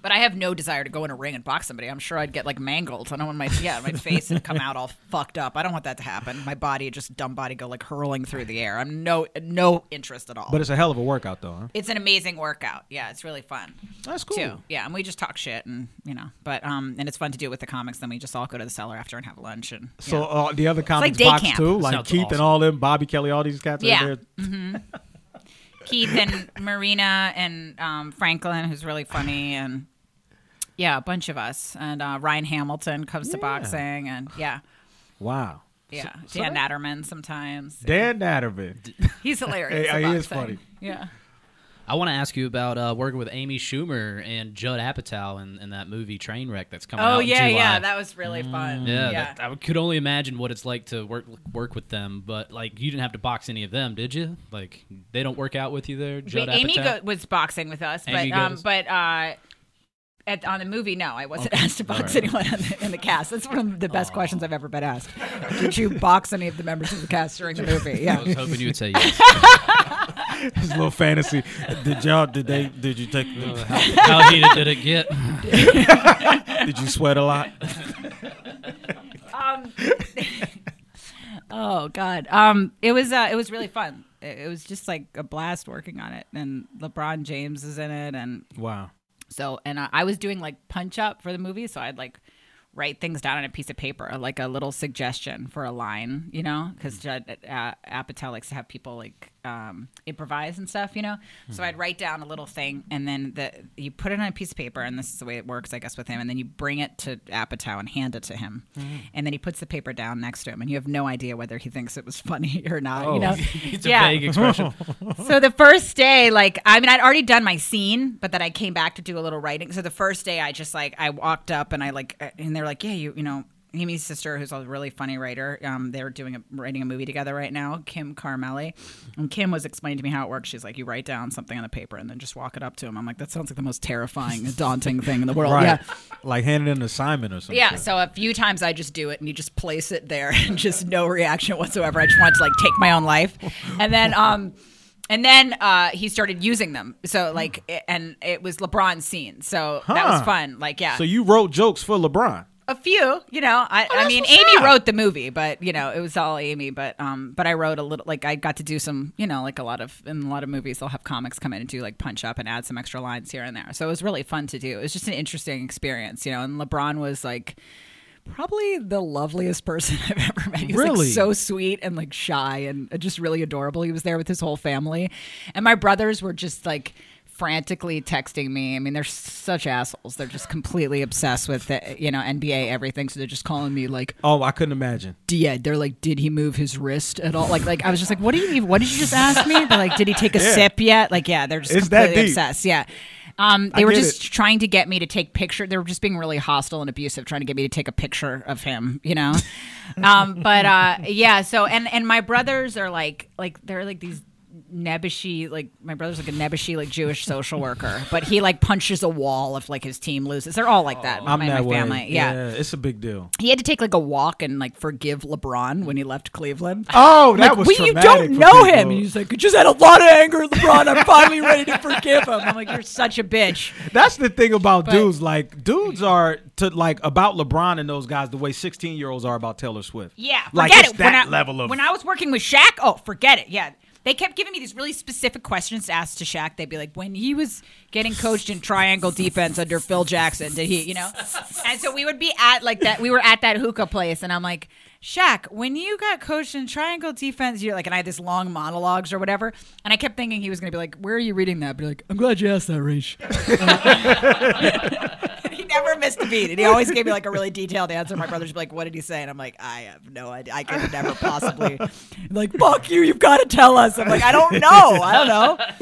Speaker 3: but I have no desire to go in a ring and box somebody. I'm sure I'd get like mangled. I don't want my yeah, my face would come out all fucked up. I don't want that to happen. My body, just dumb body, go like hurling through the air. I'm no no interest at all.
Speaker 2: But it's a hell of a workout though. Huh?
Speaker 3: it's an amazing workout. Yeah, it's really fun
Speaker 2: That's cool.
Speaker 3: too. Yeah, and we just talk shit and you know, but um, and it's fun to do with the comics. Then we just all go to the cellar after and have lunch and
Speaker 2: So
Speaker 3: yeah.
Speaker 2: uh, the other
Speaker 3: like
Speaker 2: comics
Speaker 3: day
Speaker 2: box
Speaker 3: camp.
Speaker 2: too, like
Speaker 4: Sounds
Speaker 2: Keith and
Speaker 4: awesome.
Speaker 2: all them, Bobby Kelly, all these cats.
Speaker 3: Yeah.
Speaker 2: Are there.
Speaker 3: Keith and Marina and um, Franklin, who's really funny, and yeah, a bunch of us. And uh, Ryan Hamilton comes to
Speaker 2: Yeah.
Speaker 3: boxing, and yeah,
Speaker 2: Wow.
Speaker 3: yeah,
Speaker 2: so
Speaker 3: Dan Natterman sometimes.
Speaker 2: Dan Natterman.
Speaker 3: He's hilarious.
Speaker 2: Hey,
Speaker 3: at
Speaker 2: he is
Speaker 3: boxing.
Speaker 2: funny.
Speaker 3: Yeah.
Speaker 4: I want to ask you about uh, working with Amy Schumer and Judd Apatow in, in that movie Trainwreck that's coming out
Speaker 3: Oh
Speaker 4: in
Speaker 3: yeah,
Speaker 4: July.
Speaker 3: yeah, that was really fun.
Speaker 2: Mm,
Speaker 4: yeah,
Speaker 3: yeah.
Speaker 4: that- I could only imagine what it's like to work work with them. But like, you didn't have to box any of them, did you? Like, they don't work out with you there. Judd
Speaker 3: Wait, Amy
Speaker 4: Apatow?
Speaker 3: go- was boxing with us, but
Speaker 4: Amy
Speaker 3: um,
Speaker 4: goes.
Speaker 3: but uh, at, on the movie, no, I wasn't asked to box anyone on the, in the cast. That's one of the best questions I've ever been asked. Did you box any of the members of the cast during the movie?
Speaker 4: I was
Speaker 3: Yeah.
Speaker 4: hoping you would say yes.
Speaker 2: His little fantasy. Did y'all? Did they? Did you take?
Speaker 4: How heated did it get?
Speaker 2: Did you sweat a lot?
Speaker 3: Oh God. Um, it was uh, it was really fun. It, it was just like a blast working on it, and LeBron James is in it, and
Speaker 2: Wow.
Speaker 3: so and I, I was doing like punch up for the movie, so I'd like write things down on a piece of paper, like a little suggestion for a line, you know, because Judd uh, Apatow likes to have people like um, improvise and stuff, you know. So I'd write down a little thing, and then the you put it on a piece of paper, and this is the way it works, I guess, with him. And then you bring it to Apatow and hand it to him, and then he puts the paper down next to him, and you have no idea whether he thinks it was funny or not,
Speaker 4: Oh.
Speaker 3: you know.
Speaker 4: It's a
Speaker 3: Yeah.
Speaker 4: vague expression.
Speaker 3: So the first day, like I mean, I'd already done my scene, but then I came back to do a little writing. So the first day, I just like I walked up and I like, uh, and they're like, yeah, you you know, Amy's sister, who's a really funny writer, um, they're doing a, writing a movie together right now, Kim Carmelli, and Kim was explaining to me how it works. She's like, you write down something on the paper and then just walk it up to him. I'm like, that sounds like the most terrifying, daunting thing in the world.
Speaker 2: Right.
Speaker 3: Yeah.
Speaker 2: Like handing an assignment or something.
Speaker 3: Yeah, so a few times I just do it and you just place it there and just no reaction whatsoever. I just wanted to like take my own life. And then um and then uh he started using them. So like it- and it was LeBron's scene. So that was
Speaker 2: Huh.
Speaker 3: fun. Like yeah.
Speaker 2: So you wrote jokes for LeBron.
Speaker 3: a few, you know. I I mean
Speaker 2: Oh, what's
Speaker 3: Amy
Speaker 2: up.
Speaker 3: wrote the movie, but you know, it was all Amy, but um but I wrote a little like I got to do some, you know, like a lot of in a lot of movies they'll have comics come in and do like punch up and add some extra lines here and there. So it was really fun to do. It was just an interesting experience, you know. And LeBron was like probably the loveliest person I've ever met. He was
Speaker 2: Really?
Speaker 3: like so sweet and like shy and uh, just really adorable. He was there with his whole family, and my brothers were just like frantically texting me. I mean, they're such assholes. They're just completely obsessed with the, you know NBA everything. So they're just calling me like
Speaker 2: Oh, I couldn't imagine.
Speaker 3: dead. They're like, did he move his wrist at all? Like, like I was just like, what do you? What did you just ask me? They're like, did he take a sip yet? Like, yeah, they're just
Speaker 2: It's that
Speaker 3: completely
Speaker 2: deep.
Speaker 3: obsessed. Yeah. Um, they
Speaker 2: I
Speaker 3: were
Speaker 2: get
Speaker 3: just
Speaker 2: it.
Speaker 3: trying to get me to take picture. They were just being really hostile and abusive, trying to get me to take a picture of him, you know. um, but uh, yeah, so and and my brothers are like like they're like these nebbishy like my brother's like a nebbishy like Jewish social worker, but he like punches a wall if like his team loses. They're all like that.
Speaker 2: I'm
Speaker 3: my,
Speaker 2: that
Speaker 3: my
Speaker 2: way.
Speaker 3: family, yeah.
Speaker 2: it's a big deal.
Speaker 3: He had to take like a walk and like forgive LeBron when he left Cleveland.
Speaker 2: Oh, that
Speaker 3: Like, well, you don't know him. And he's like, I just had a lot of anger, LeBron. I'm finally ready to forgive him. I'm like, you're such a bitch.
Speaker 2: That's the thing about dudes. Like dudes are to like about LeBron and those guys the way 16 year olds are about Taylor Swift.
Speaker 3: Yeah, forget
Speaker 2: like it's
Speaker 3: it.
Speaker 2: that
Speaker 3: when I,
Speaker 2: level of
Speaker 3: when I was working with Shaq. Oh, forget it. Yeah. They kept giving me these really specific questions to ask to Shaq. They'd be like, when he was getting coached in triangle defense under Phil Jackson, did he, you know? And so we would be at like that, we were at that hookah place, and I'm like, Shaq, when you got coached in triangle defense, you're like, and I had this long monologues or whatever. And I kept thinking he was going to be like, where are you reading that? But like,
Speaker 6: I'm glad you asked that, Raish.
Speaker 3: he never missed a beat, and he always gave me like a really detailed answer. My brother's like, "What did he say?" And I'm like, "I have no idea. I could never possibly."
Speaker 6: like, fuck you, you've got to tell us.
Speaker 3: I'm like, "I don't know. I don't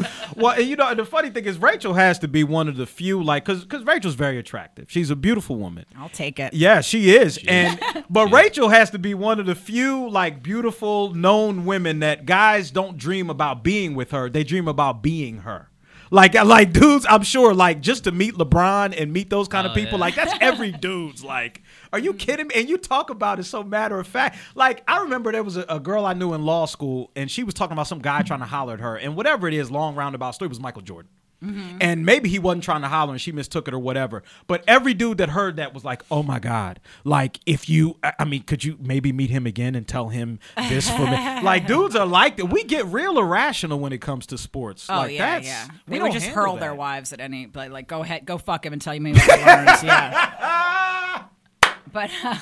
Speaker 3: know."
Speaker 2: well, and you know, and the funny thing is, Rachel has to be one of the few, like, because because Rachel's very attractive. She's a beautiful woman.
Speaker 3: I'll take it.
Speaker 2: Yeah, she is, and but Rachel has to be one of the few like beautiful known women that guys don't dream about being with her. They dream about being her. Like like dudes, I'm sure like just to meet LeBron and meet those kind of
Speaker 4: Oh,
Speaker 2: people.
Speaker 4: yeah.
Speaker 2: Like that's every dude's like. Are you kidding me? And you talk about it so matter of fact. Like I remember there was a, a girl I knew in law school, and she was talking about some guy trying to holler at her, and whatever it is, long roundabout story it was Michael Jordan.
Speaker 3: Mm-hmm.
Speaker 2: And maybe he wasn't trying to holler and she mistook it or whatever. But every dude that heard that was like, oh my God. Like, if you, I I mean, could you maybe meet him again and tell him this for me? like, dudes are like that. We get real irrational when it comes to sports.
Speaker 3: Oh
Speaker 2: like,
Speaker 3: yeah,
Speaker 2: that's,
Speaker 3: yeah. They
Speaker 2: we
Speaker 3: would
Speaker 2: don't
Speaker 3: just
Speaker 2: handle
Speaker 3: hurl their
Speaker 2: that.
Speaker 3: wives at any, but like, go ahead, go fuck him and tell you me what he learns. Yeah. But uh,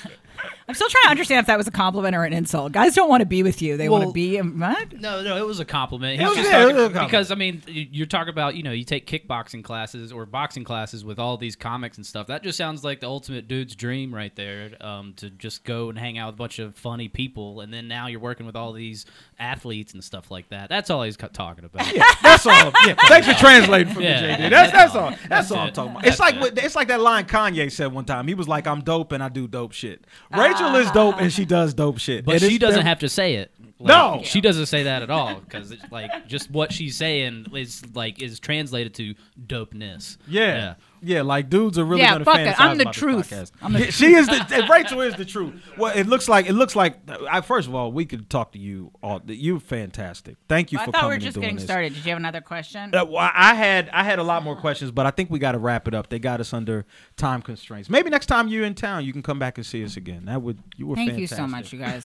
Speaker 3: I'm still trying to understand if that was a compliment or an insult. Guys don't want to be with you; they want
Speaker 4: Well-
Speaker 3: to be. in- What?
Speaker 4: No, no, it was a compliment. He
Speaker 2: It
Speaker 4: was
Speaker 2: was-
Speaker 4: just
Speaker 2: yeah, it
Speaker 4: talking-
Speaker 2: was a compliment.
Speaker 4: because I mean, you- you're talking about you know you take kickboxing classes or boxing classes with all these comics and stuff. That just sounds like the ultimate dude's dream right there. Um, to just go and hang out with a bunch of funny people, and then now you're working with all these athletes and stuff like that. That's all he's ca- talking about.
Speaker 2: Yeah, that's all. Yeah, thanks for translating for
Speaker 4: Yeah.
Speaker 2: me, JD. That's that's
Speaker 4: Yeah.
Speaker 2: all. That's, all I'm
Speaker 4: it.
Speaker 2: talking about.
Speaker 4: That's
Speaker 2: it's like
Speaker 4: it.
Speaker 2: what- it's like that line Kanye said one time. He was like, "I'm dope and I do dope shit." Rachel is dope and she does dope shit.
Speaker 4: Ah. But
Speaker 2: And
Speaker 4: she
Speaker 2: it's-
Speaker 4: doesn't have to say it. Like,
Speaker 2: No.
Speaker 4: she doesn't say that at all because like just what she's saying is like is translated to dopeness.
Speaker 2: Yeah. yeah. like dudes are really
Speaker 3: Yeah,
Speaker 2: gonna
Speaker 3: fuck
Speaker 2: fantasize
Speaker 3: it. I'm the
Speaker 2: about this
Speaker 3: truth.
Speaker 2: podcast.
Speaker 3: I'm the
Speaker 2: Yeah, she is the and Rachel is the truth. Well, it looks like it looks like. I first of all, we could talk to you all. You're fantastic. Thank you
Speaker 3: I
Speaker 2: for
Speaker 3: thought we
Speaker 2: coming.
Speaker 3: were
Speaker 2: and
Speaker 3: just
Speaker 2: doing
Speaker 3: getting
Speaker 2: this.
Speaker 3: started. Did you have another question?
Speaker 2: Uh, well, I had I had a lot more questions, but I think we got to wrap it up. They got us under time constraints. Maybe next time you're in town, you can come back and see us again. That would you were
Speaker 3: Thank you
Speaker 2: fantastic.
Speaker 3: so much, you guys.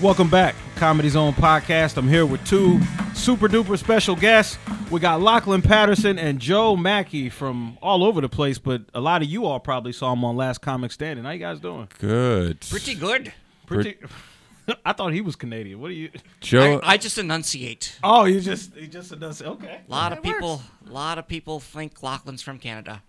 Speaker 2: Welcome back, Comedy Zone Podcast. I'm here with two super duper special guests. We got Lachlan Patterson and Joe Mackey from all over the place, but a lot of you all probably saw him on Last Comic Standing. How you guys doing?
Speaker 8: Good.
Speaker 9: Pretty good.
Speaker 2: Pretty. I thought he was Canadian. What are you?
Speaker 9: I,
Speaker 8: Joe,
Speaker 9: I just enunciate.
Speaker 2: Oh, you just he just does okay.
Speaker 9: A lot of people, a lot of people think Lachlan's from Canada.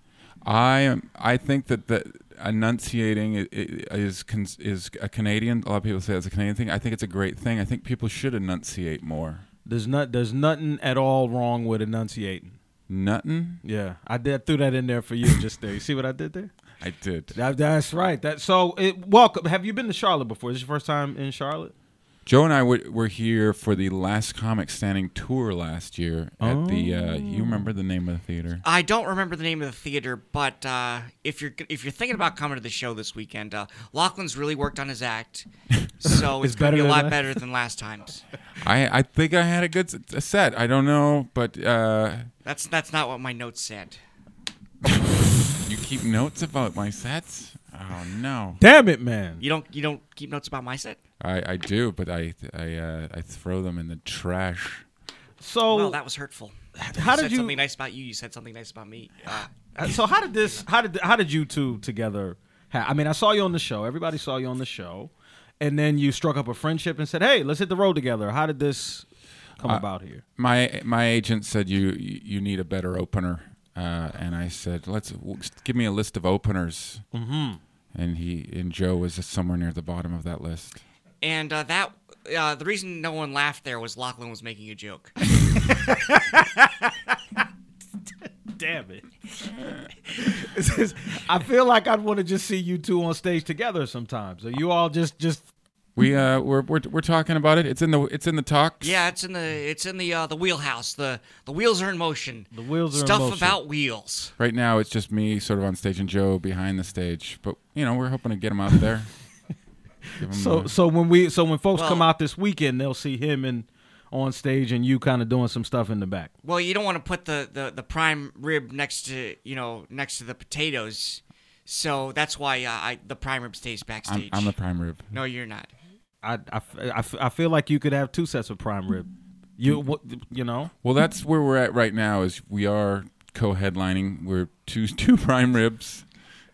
Speaker 8: I am. I think that the enunciating i- i- is con- is a Canadian. A lot of people say it's a Canadian thing. I think it's a great thing. I think people should enunciate more.
Speaker 2: There's not there's nothing at all wrong with enunciating.
Speaker 8: Nothing.
Speaker 2: Yeah, I did threw that in there for you just there. You see what I did there?
Speaker 8: I did.
Speaker 2: That, that's right. That so it, welcome. Have you been to Charlotte before? Is this your first time in Charlotte?
Speaker 8: Joe and I w- were here for the last Comic Standing tour last year at the. Uh, you remember the name of the theater?
Speaker 9: I don't remember the name of the theater, but uh, if you're if you're thinking about coming to the show this weekend, uh, Lachlan's really worked on his act, so it's, gonna
Speaker 2: better
Speaker 9: be a
Speaker 2: than
Speaker 9: lot
Speaker 2: last-
Speaker 9: better than last time's.
Speaker 8: I I think I had a good s- a set. I don't know, but uh,
Speaker 9: That's that's not what my notes said.
Speaker 8: you keep notes about my sets. Oh no.
Speaker 2: Damn it, man!
Speaker 9: You don't you don't keep notes about my set.
Speaker 8: I, I do, but I I uh, I throw them in the trash.
Speaker 2: So
Speaker 9: Well, that was hurtful.
Speaker 2: How
Speaker 9: I
Speaker 2: did
Speaker 9: said
Speaker 2: you-
Speaker 9: Something nice about you. You said something nice about me. Uh,
Speaker 2: Uh, so how did this how did how did you two together ha- i mean i saw you on the show everybody saw you on the show and then you struck up a friendship and said hey let's hit the road together how did this come about here
Speaker 8: My my agent said you you need a better opener, uh, and I said let's w- give me a list of openers. Mm-hmm. And he and Joe was somewhere near the bottom of that list.
Speaker 9: and uh, that uh, the reason no one laughed there was Lachlan was making a joke.
Speaker 2: damn it This is- i feel like i'd want to just see you two on stage together sometimes are you all just just
Speaker 8: We uh we're, we're we're talking about it. It's in the it's in the talks.
Speaker 9: Yeah, it's in the it's in the uh, the wheelhouse. The the wheels are in motion. The
Speaker 2: wheels are in
Speaker 9: stuff
Speaker 2: motion.
Speaker 9: about wheels.
Speaker 8: Right now it's just me sort of on stage and Joe behind the stage, but you know we're hoping to get him out there. Give him
Speaker 2: so
Speaker 8: a-
Speaker 2: so when we so when folks come
Speaker 9: Well-
Speaker 2: out this weekend they'll see him and on stage and you kind of doing some stuff in the back
Speaker 9: Well, you don't want to put the, the the prime rib next to you know next to the potatoes, so that's why uh, I the prime rib stays
Speaker 8: I'm,
Speaker 9: backstage.
Speaker 8: I'm the prime rib.
Speaker 9: no, you're not.
Speaker 2: I, I, f- I f- I feel like you could have two sets of prime rib you what you know
Speaker 8: Well, that's where we're at right now. Is we are co-headlining. We're two two prime ribs.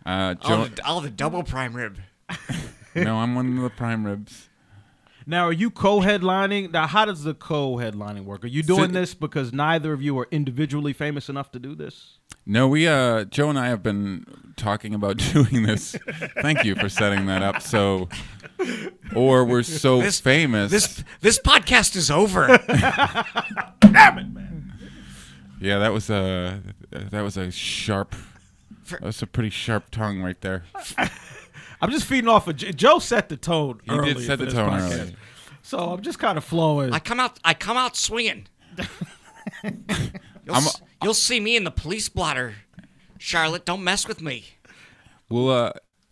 Speaker 8: Uh,
Speaker 9: All
Speaker 8: Joe,
Speaker 9: the, all the double prime rib.
Speaker 8: no, I'm one of the prime ribs.
Speaker 2: Now, are you co-headlining? Now, how does the co-headlining work? Are you doing this because neither of you are individually famous enough to do this?
Speaker 8: No, we uh, Joe and I have been talking about doing this. Thank you for setting that up. So, or we're so
Speaker 9: This-
Speaker 8: famous.
Speaker 9: This this podcast is over.
Speaker 8: yeah, that was a that was a sharp. That was a pretty sharp tongue right there.
Speaker 2: I'm just feeding off of J- Joe. Set the tone.
Speaker 8: He did set the tone early.
Speaker 2: So I'm just kind of flowing.
Speaker 9: I come out I come out swinging. you'll,
Speaker 8: I'm-
Speaker 9: s- you'll see me in the police blotter. Charlotte, don't mess with me.
Speaker 8: Well, uh,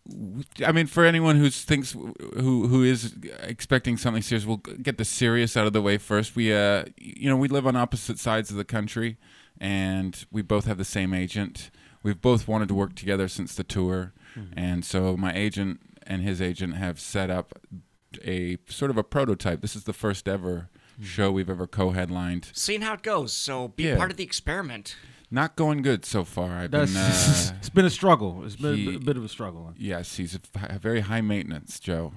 Speaker 8: w- I mean, for anyone who thinks who who is expecting something serious, we'll get the serious out of the way first. We, uh, y- you know, we live on opposite sides of the country, and we both have the same agent. We've both wanted to work together since the tour, and so my agent and his agent have set up a sort of a prototype. This is the first ever show we've ever co-headlined.
Speaker 9: Seeing how it goes, so be
Speaker 8: Yeah.
Speaker 9: part of the experiment.
Speaker 8: Not going good so far. I've
Speaker 2: That's,
Speaker 8: been. Uh,
Speaker 2: it's been a struggle. It's been
Speaker 8: he-
Speaker 2: a bit of a struggle.
Speaker 8: yes, he's a f- very high maintenance, Joe.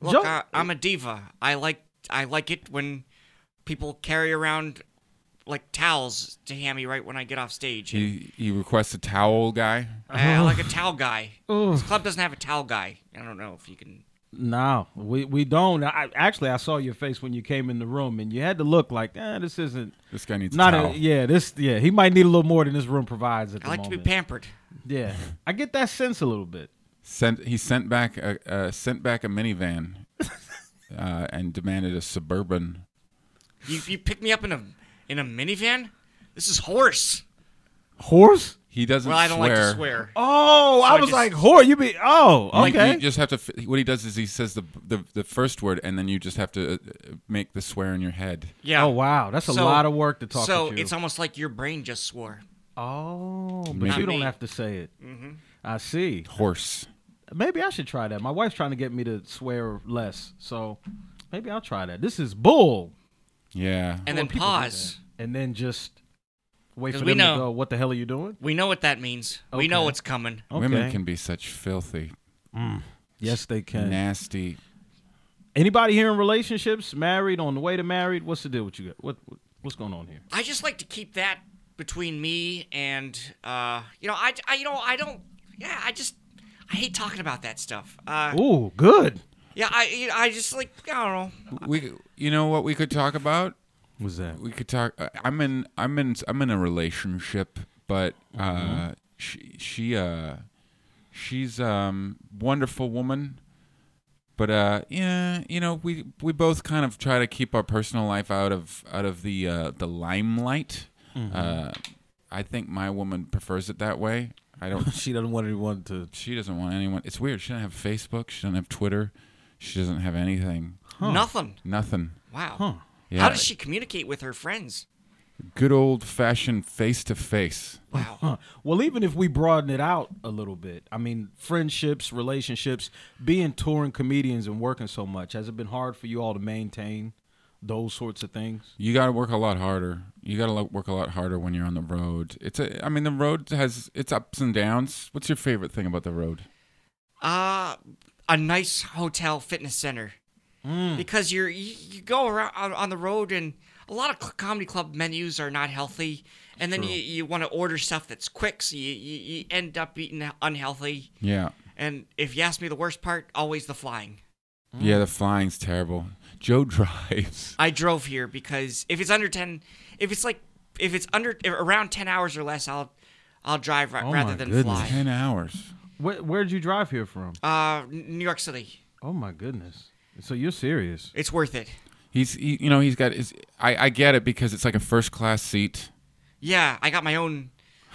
Speaker 9: Look,
Speaker 2: Joe-
Speaker 9: I, I'm a diva. I like I like it when people carry around like towels to hand me right when I get off stage.
Speaker 8: He he requests a towel guy.
Speaker 9: I, I like a towel guy. This club doesn't have a towel guy. I don't know if you can.
Speaker 2: No, we we don't. I, actually, I saw your face when you came in the room, and you had to look like, eh, this isn't.
Speaker 8: This guy needs
Speaker 2: Not
Speaker 8: a towel.
Speaker 2: a, yeah, this yeah. He might need a little more than this room provides at
Speaker 9: I
Speaker 2: the
Speaker 9: like to
Speaker 2: moment.
Speaker 9: be pampered.
Speaker 2: yeah, I get that sense a little bit.
Speaker 8: Sent he sent back a uh, sent back a minivan, uh, and demanded a suburban.
Speaker 9: You you pick me up in a in a minivan. This is horse.
Speaker 2: Horse.
Speaker 8: He doesn't
Speaker 9: Well, I don't
Speaker 8: swear.
Speaker 9: like to swear.
Speaker 2: Oh, I
Speaker 9: I
Speaker 2: was
Speaker 9: just-
Speaker 2: like, whore, you be. Oh,
Speaker 8: Like,
Speaker 2: okay.
Speaker 8: you just have to. f- What he does is he says the the, the first word, and then you just have to uh, uh, make the swear in your head.
Speaker 9: Yeah.
Speaker 2: Oh, wow. That's a
Speaker 9: So-
Speaker 2: lot of work to talk
Speaker 9: So
Speaker 2: with you.
Speaker 9: it's almost like your brain just swore.
Speaker 2: oh, but
Speaker 8: Maybe-
Speaker 2: you don't
Speaker 9: me. Mm-hmm.
Speaker 2: have to say it. I see.
Speaker 8: Horse.
Speaker 2: Maybe I should try that. My wife's trying to get me to swear less. So Maybe I'll try that. This is bull.
Speaker 8: Yeah.
Speaker 9: and then
Speaker 2: people do
Speaker 9: pause.
Speaker 2: And then just wait
Speaker 9: 'Cause
Speaker 2: for
Speaker 9: we
Speaker 2: them
Speaker 9: know.
Speaker 2: to go, what the hell are you doing?
Speaker 9: We know what that means. We know
Speaker 2: Okay.
Speaker 9: what's coming.
Speaker 8: Women
Speaker 2: Okay.
Speaker 8: can be such filthy,
Speaker 2: Yes, they can.
Speaker 8: nasty.
Speaker 2: Anybody here in relationships, married, on the way to married? What's the deal with you? guys? What, what what's going on here?
Speaker 9: I just like to keep that between me and uh, you know I, I you know I don't yeah I just I hate talking about that stuff. Uh,
Speaker 2: Ooh, good.
Speaker 9: yeah I you know, I just like I don't know.
Speaker 8: We, you know what we could talk about?
Speaker 2: What's that?
Speaker 8: We could talk. uh, I'm in. I'm in. I'm in a relationship, but uh, she, she, uh, she's um, wonderful woman. But uh, yeah, you know, we we both kind of try to keep our personal life out of out of the uh, the limelight. Uh, I think my woman prefers it that way. I don't
Speaker 2: She doesn't want anyone to.
Speaker 8: She doesn't want anyone. It's weird. She doesn't have Facebook. She doesn't have Twitter. She doesn't have anything.
Speaker 9: Nothing.
Speaker 8: Nothing.
Speaker 9: Wow.
Speaker 8: Yeah.
Speaker 9: How does she communicate with her friends?
Speaker 8: Good old fashioned face to face.
Speaker 9: Wow.
Speaker 2: Well, even if we broaden it out a little bit, I mean, friendships, relationships, being touring comedians and working so much, has it been hard for you all to maintain those sorts of things?
Speaker 8: You got to work a lot harder. You got to work a lot harder when you're on the road. It's a. I mean, the road has its ups and downs. What's your favorite thing about the road?
Speaker 9: Uh, a nice hotel fitness center. Because you're you, you go around on, on the road and a lot of cl- comedy club menus are not healthy, and then you, you want to order stuff that's quick, so you, you, you end up eating unhealthy.
Speaker 8: Yeah.
Speaker 9: And if you ask me, the worst part always the flying.
Speaker 8: Mm. Yeah, the flying's terrible. Joe drives.
Speaker 9: I drove here because if it's under ten, if it's like if it's under if around ten hours or less, I'll I'll drive ra-
Speaker 2: Oh
Speaker 9: rather
Speaker 2: my
Speaker 9: than
Speaker 2: goodness.
Speaker 9: fly.
Speaker 8: Ten hours.
Speaker 2: Where, where'd you drive here from?
Speaker 9: Uh, N- New York City,
Speaker 2: Oh my goodness! So you're serious?
Speaker 9: it's worth it.
Speaker 8: He's. He, you know, he's got. His, I. I get it because it's like a first class seat.
Speaker 9: Yeah, I got my own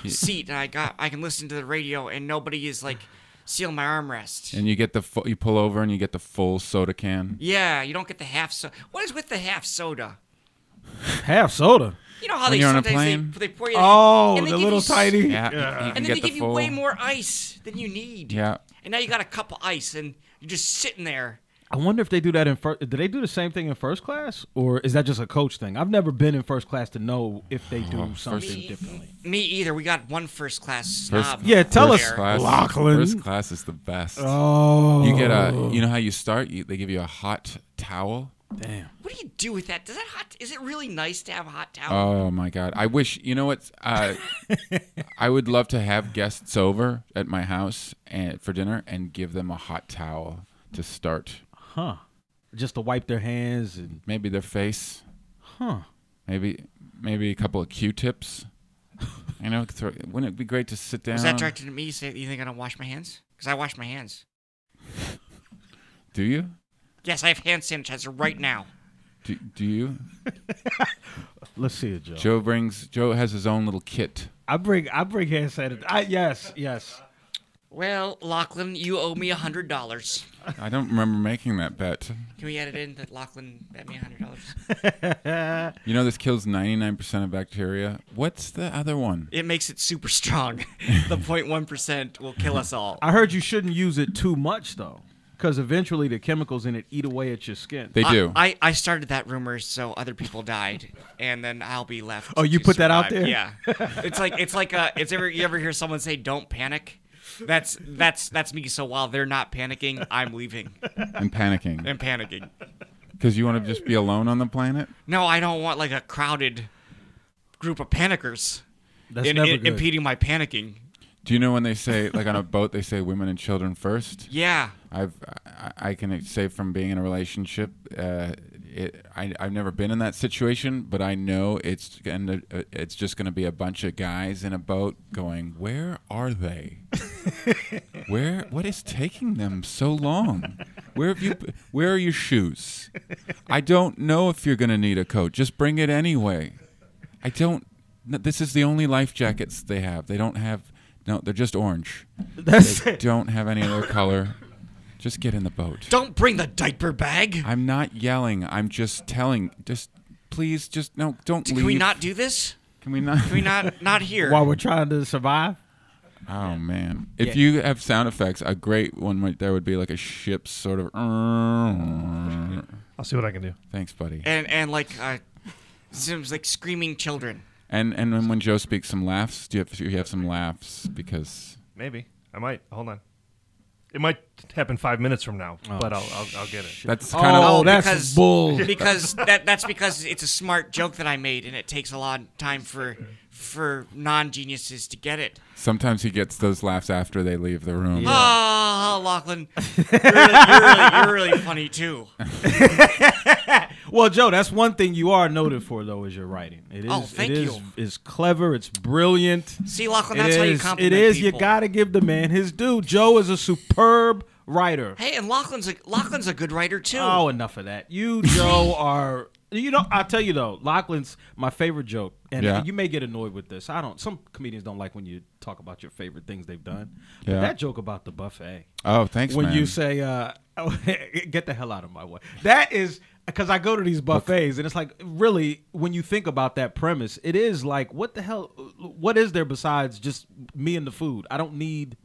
Speaker 9: seat. And I got I can listen to the radio and nobody is like stealing my armrest.
Speaker 8: And you get the fu- you pull over and you get the full soda can.
Speaker 9: yeah, you don't get the half soda. What is with the half soda?
Speaker 2: Half soda.
Speaker 9: You know how
Speaker 8: When
Speaker 9: they
Speaker 8: you're on a
Speaker 9: sometimes they,
Speaker 8: plane?
Speaker 9: they pour you
Speaker 2: Oh,
Speaker 9: and they
Speaker 2: the
Speaker 9: give
Speaker 2: little
Speaker 9: you s-
Speaker 2: tiny.
Speaker 8: Yeah, you- you can
Speaker 9: And then they
Speaker 8: get the
Speaker 9: give
Speaker 8: full.
Speaker 9: you way more ice than you need.
Speaker 8: Yeah.
Speaker 9: And now you got a cup of ice and you're just sitting there.
Speaker 2: I wonder if they do that in first. Do they do the same thing in first class, or is that just a coach thing? I've never been in first class to know if they do something differently.
Speaker 9: Me either. We got one first class
Speaker 8: First-
Speaker 9: snob.
Speaker 2: Yeah, tell
Speaker 8: First
Speaker 9: there.
Speaker 8: class,
Speaker 2: Lachlan.
Speaker 8: First class is the best.
Speaker 2: Oh,
Speaker 8: You get a. You know how you start? You, they give you a hot towel.
Speaker 2: damn!
Speaker 9: What do you do with that? Does that hot? Is it really nice to have a hot towel?
Speaker 8: Oh my god! I wish. You know what? Uh, I would love to have guests over at my house and for dinner and give them a hot towel to start.
Speaker 2: Huh? Just to wipe their hands and
Speaker 8: Maybe their face.
Speaker 2: huh?
Speaker 8: Maybe maybe a couple of Q-tips. You know, throw, wouldn't it be great to sit down?
Speaker 9: is that directed at me? Say, you think I don't wash my hands? Because I wash my hands.
Speaker 8: Do you?
Speaker 9: Yes, I have hand sanitizer right now.
Speaker 8: Do, do you?
Speaker 2: Let's see it, Joe.
Speaker 8: Joe brings. Joe has his own little kit.
Speaker 2: I bring I bring hand sanitizer. I, yes, yes.
Speaker 9: Well, Lachlan, you owe me a hundred dollars.
Speaker 8: I don't remember making that bet.
Speaker 9: Can we edit in that Lachlan bet me a hundred dollars?
Speaker 8: You know, this kills 99% of bacteria. What's the other one?
Speaker 9: It makes it super strong. the 0.1 percent will kill us all.
Speaker 2: I heard you shouldn't use it too much though, because eventually the chemicals in it eat away at your skin.
Speaker 8: They do.
Speaker 9: I, I, I started that rumor so other people died, and then I'll be left.
Speaker 2: Oh, you
Speaker 9: to
Speaker 2: put that out
Speaker 9: survive.
Speaker 2: there?
Speaker 9: Yeah, it's like it's like uh, it's ever you ever hear someone say, "Don't panic." That's that's that's me. So while they're not panicking, I'm leaving
Speaker 8: I'm panicking.
Speaker 9: and panicking.
Speaker 8: Because you want to just be alone on the planet?
Speaker 9: No, I don't want like a crowded group of panickers
Speaker 2: That's
Speaker 9: in-
Speaker 2: never
Speaker 9: in-
Speaker 2: good.
Speaker 9: impeding my panicking.
Speaker 8: Do you know when they say, like on a boat, they say women and children first?
Speaker 9: Yeah,
Speaker 8: I've, I, I can say from being in a relationship, uh, it, I, I've never been in that situation, but I know it's gonna, uh, it's just going to be a bunch of guys in a boat going, "Where are they? where? What is taking them so long? Where have you? Where are your shoes? I don't know if you're going to need a coat. Just bring it anyway. I don't. No, this is the only life jackets they have. They don't have. No, they're just orange.
Speaker 2: That's
Speaker 8: They
Speaker 2: it.
Speaker 8: don't have any other color. Just get in the boat.
Speaker 9: don't bring the diaper bag.
Speaker 8: I'm not yelling. I'm just telling. Just please, just no. Don't
Speaker 9: Can
Speaker 8: leave.
Speaker 9: we not do this?
Speaker 8: Can we not?
Speaker 9: Can we not not here?
Speaker 2: While we're trying to survive.
Speaker 8: Oh man! If you have sound effects, a great one right there would be like a ship sort of.
Speaker 7: I'll see what I can do.
Speaker 8: Thanks, buddy.
Speaker 9: and and like uh, seems like screaming children.
Speaker 8: And and then when Joe speaks, some laughs. Do you have you have some laughs because
Speaker 10: Maybe I might. Hold on. It might happen five minutes from now,
Speaker 11: Oh,
Speaker 10: but I'll, I'll I'll get it.
Speaker 8: that's kind of
Speaker 2: Oh, that's
Speaker 9: because,
Speaker 2: bull.
Speaker 9: Because that that's because it's a smart joke that I made, and it takes a long time for for non geniuses to get it.
Speaker 8: sometimes he gets those laughs after they leave the room.
Speaker 9: Oh, Lachlan, you're really, you're, really, you're really funny too.
Speaker 2: Well, Joe, that's one thing you are noted for though is your writing. It is
Speaker 9: Oh, thank
Speaker 2: it is
Speaker 9: you.
Speaker 2: is clever, it's brilliant.
Speaker 9: See, Lachlan,
Speaker 2: It
Speaker 9: that's how you
Speaker 2: is-
Speaker 9: compliment
Speaker 2: It is.
Speaker 9: people.
Speaker 2: You got to give the man his due. Joe is a superb writer.
Speaker 9: Hey, and Lachlan's a Lachlan's a good writer too.
Speaker 2: Oh, enough of that. You, Joe, are. You know, I'll tell you though, Lachlan's my favorite joke. And
Speaker 8: Yeah.
Speaker 2: you may get annoyed with this. I don't. Some comedians don't like when you talk about your favorite things they've done. But
Speaker 8: Yeah.
Speaker 2: that joke about the buffet.
Speaker 8: Oh, thanks,
Speaker 2: when
Speaker 8: man.
Speaker 2: you say, uh, get the hell out of my way. That is because I go to these buffets and it's like, really, when you think about that premise, it is like, what the hell? What is there besides just me and the food? I don't need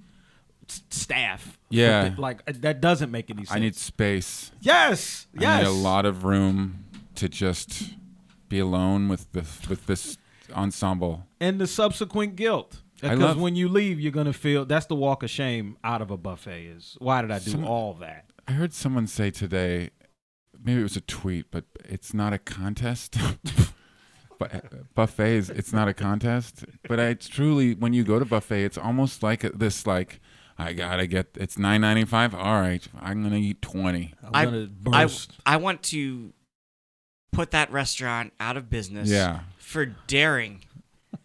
Speaker 2: s- staff.
Speaker 8: Yeah.
Speaker 2: Like, uh, that doesn't make any sense.
Speaker 8: I need space.
Speaker 2: yes.
Speaker 8: I
Speaker 2: Yes.
Speaker 8: need a lot of room to just be alone with the with this ensemble.
Speaker 2: And the subsequent guilt.
Speaker 8: I
Speaker 2: Because
Speaker 8: love-
Speaker 2: when you leave, you're going to feel that's the walk of shame out of a buffet is why did I do
Speaker 8: Some-
Speaker 2: all that?
Speaker 8: I heard someone say today, maybe it was a tweet, but it's not a contest. but buffets, it's not a contest. But I truly, when you go to buffet, it's almost like a, this like. I gotta get. It's nine ninety five. All right, I'm gonna eat twenty.
Speaker 9: I-
Speaker 2: I'm going to
Speaker 9: I
Speaker 2: burst.
Speaker 9: I want to put that restaurant out of business.
Speaker 8: Yeah.
Speaker 9: For daring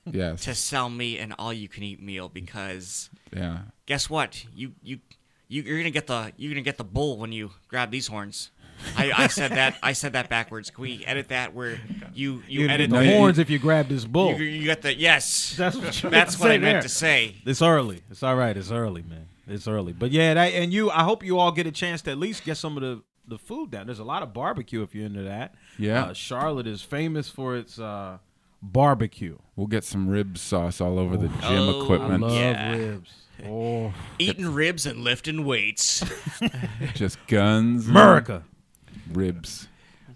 Speaker 8: Yes.
Speaker 9: to sell me an all-you-can-eat meal because
Speaker 8: yeah.
Speaker 9: guess what? You you you you're gonna get the you're gonna get the bull when you grab these horns. I, I said that I said that backwards. Can we edit that where you you
Speaker 2: You'd get
Speaker 9: edit
Speaker 2: the
Speaker 8: No, you-
Speaker 2: horns if you grab this bull.
Speaker 9: You, you got the yes.
Speaker 2: That's what you
Speaker 9: That's what I meant
Speaker 2: there.
Speaker 9: to say.
Speaker 2: It's early. It's all right. It's early, man. It's early. But yeah, that, and you. I hope you all get a chance to at least get some of the the food down. There's a lot of barbecue if you're into that.
Speaker 8: Yeah.
Speaker 2: Uh, Charlotte is famous for its uh, barbecue.
Speaker 8: We'll get some rib sauce all over the gym
Speaker 9: Oh,
Speaker 8: equipment.
Speaker 2: Love
Speaker 9: Yeah.
Speaker 2: ribs. Oh,
Speaker 9: Eating ribs and lifting weights.
Speaker 8: Just guns, and
Speaker 2: America.
Speaker 8: ribs.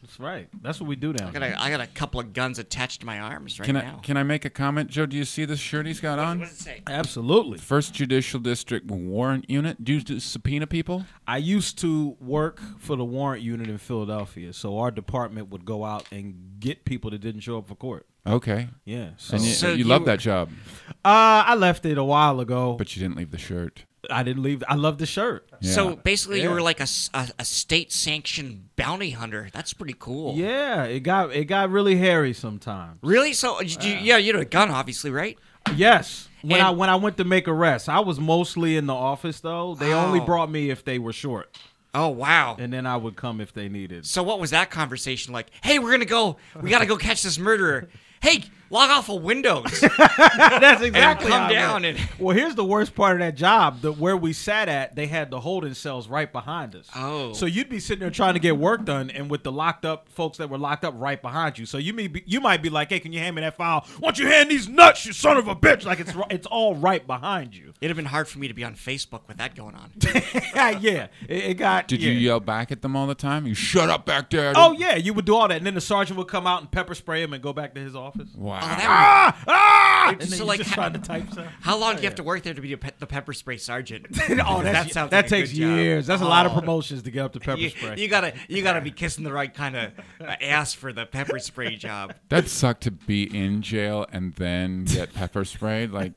Speaker 2: That's right. That's what we do down
Speaker 9: I got
Speaker 2: here.
Speaker 9: a, I got a couple of guns attached to my arms right
Speaker 8: Can
Speaker 9: now.
Speaker 8: I can I make a comment, Joe? Do you see this shirt he's got on?
Speaker 9: What does it say?
Speaker 2: Absolutely.
Speaker 8: First Judicial District Warrant Unit. Do you do subpoena people?
Speaker 2: I used to work for the warrant unit in Philadelphia, so our department would go out and get people that didn't show up for court.
Speaker 8: Okay.
Speaker 2: Yeah. So,
Speaker 8: And you,
Speaker 9: So
Speaker 8: you
Speaker 9: you
Speaker 8: love
Speaker 9: were-
Speaker 8: that job,
Speaker 2: uh, I left it a while ago, but
Speaker 8: but you didn't leave the shirt.
Speaker 2: I didn't leave. I love the shirt.
Speaker 8: Yeah.
Speaker 9: So basically, you
Speaker 2: Yeah.
Speaker 9: were like a, s- a- a state-sanctioned bounty hunter. That's pretty cool.
Speaker 2: Yeah, it got it got really hairy sometimes.
Speaker 9: Really? So, uh, you, you- yeah, you had a gun, obviously, right?
Speaker 2: Yes. When I
Speaker 9: And-
Speaker 2: when I went to make arrests, I was mostly in the office though. They only
Speaker 9: Oh.
Speaker 2: brought me if they were short,
Speaker 9: Oh wow.
Speaker 2: and then I would come if they needed.
Speaker 9: So what was that conversation like? Hey, we're gonna go. We gotta go catch this murderer. Hey, log off of Windows.
Speaker 2: That's exactly
Speaker 9: come
Speaker 2: how it
Speaker 9: down
Speaker 2: went.
Speaker 9: and-
Speaker 2: Well, here's the worst part of that job. The where we sat at, they had the holding cells right behind us.
Speaker 9: Oh.
Speaker 2: So you'd be sitting there trying to get work done, and with the locked up folks that were locked up right behind you. So you may be, you might be like, "Hey, can you hand me that file? Why don't you hand these nuts, you son of a bitch?" Like it's it's all right behind you.
Speaker 9: It'd have been hard for me to be on Facebook with that going on. Oh,
Speaker 2: yeah, it, it got.
Speaker 8: Did
Speaker 2: yeah.
Speaker 8: you uh, yell back at them all the time? You shut up back there.
Speaker 2: Oh yeah, you would do all that, and then the sergeant would come out and pepper spray him and go back to his office.
Speaker 8: Wow.
Speaker 9: Oh, that
Speaker 2: Ah, ah! And then
Speaker 9: So,
Speaker 2: you
Speaker 9: like,
Speaker 2: just
Speaker 9: ha-
Speaker 2: trying to type something.
Speaker 9: how long do you have to work there to be the pe- the pepper spray sergeant?
Speaker 2: oh,
Speaker 9: that sounds like
Speaker 2: that
Speaker 9: a
Speaker 2: takes
Speaker 9: good job.
Speaker 2: years. That's a lot of
Speaker 9: Oh.
Speaker 2: promotions to get up to pepper
Speaker 9: You,
Speaker 2: spray.
Speaker 9: you gotta you gotta be kissing the right kind of ass for the pepper spray job.
Speaker 8: That sucked to be in jail and then get pepper sprayed. Like,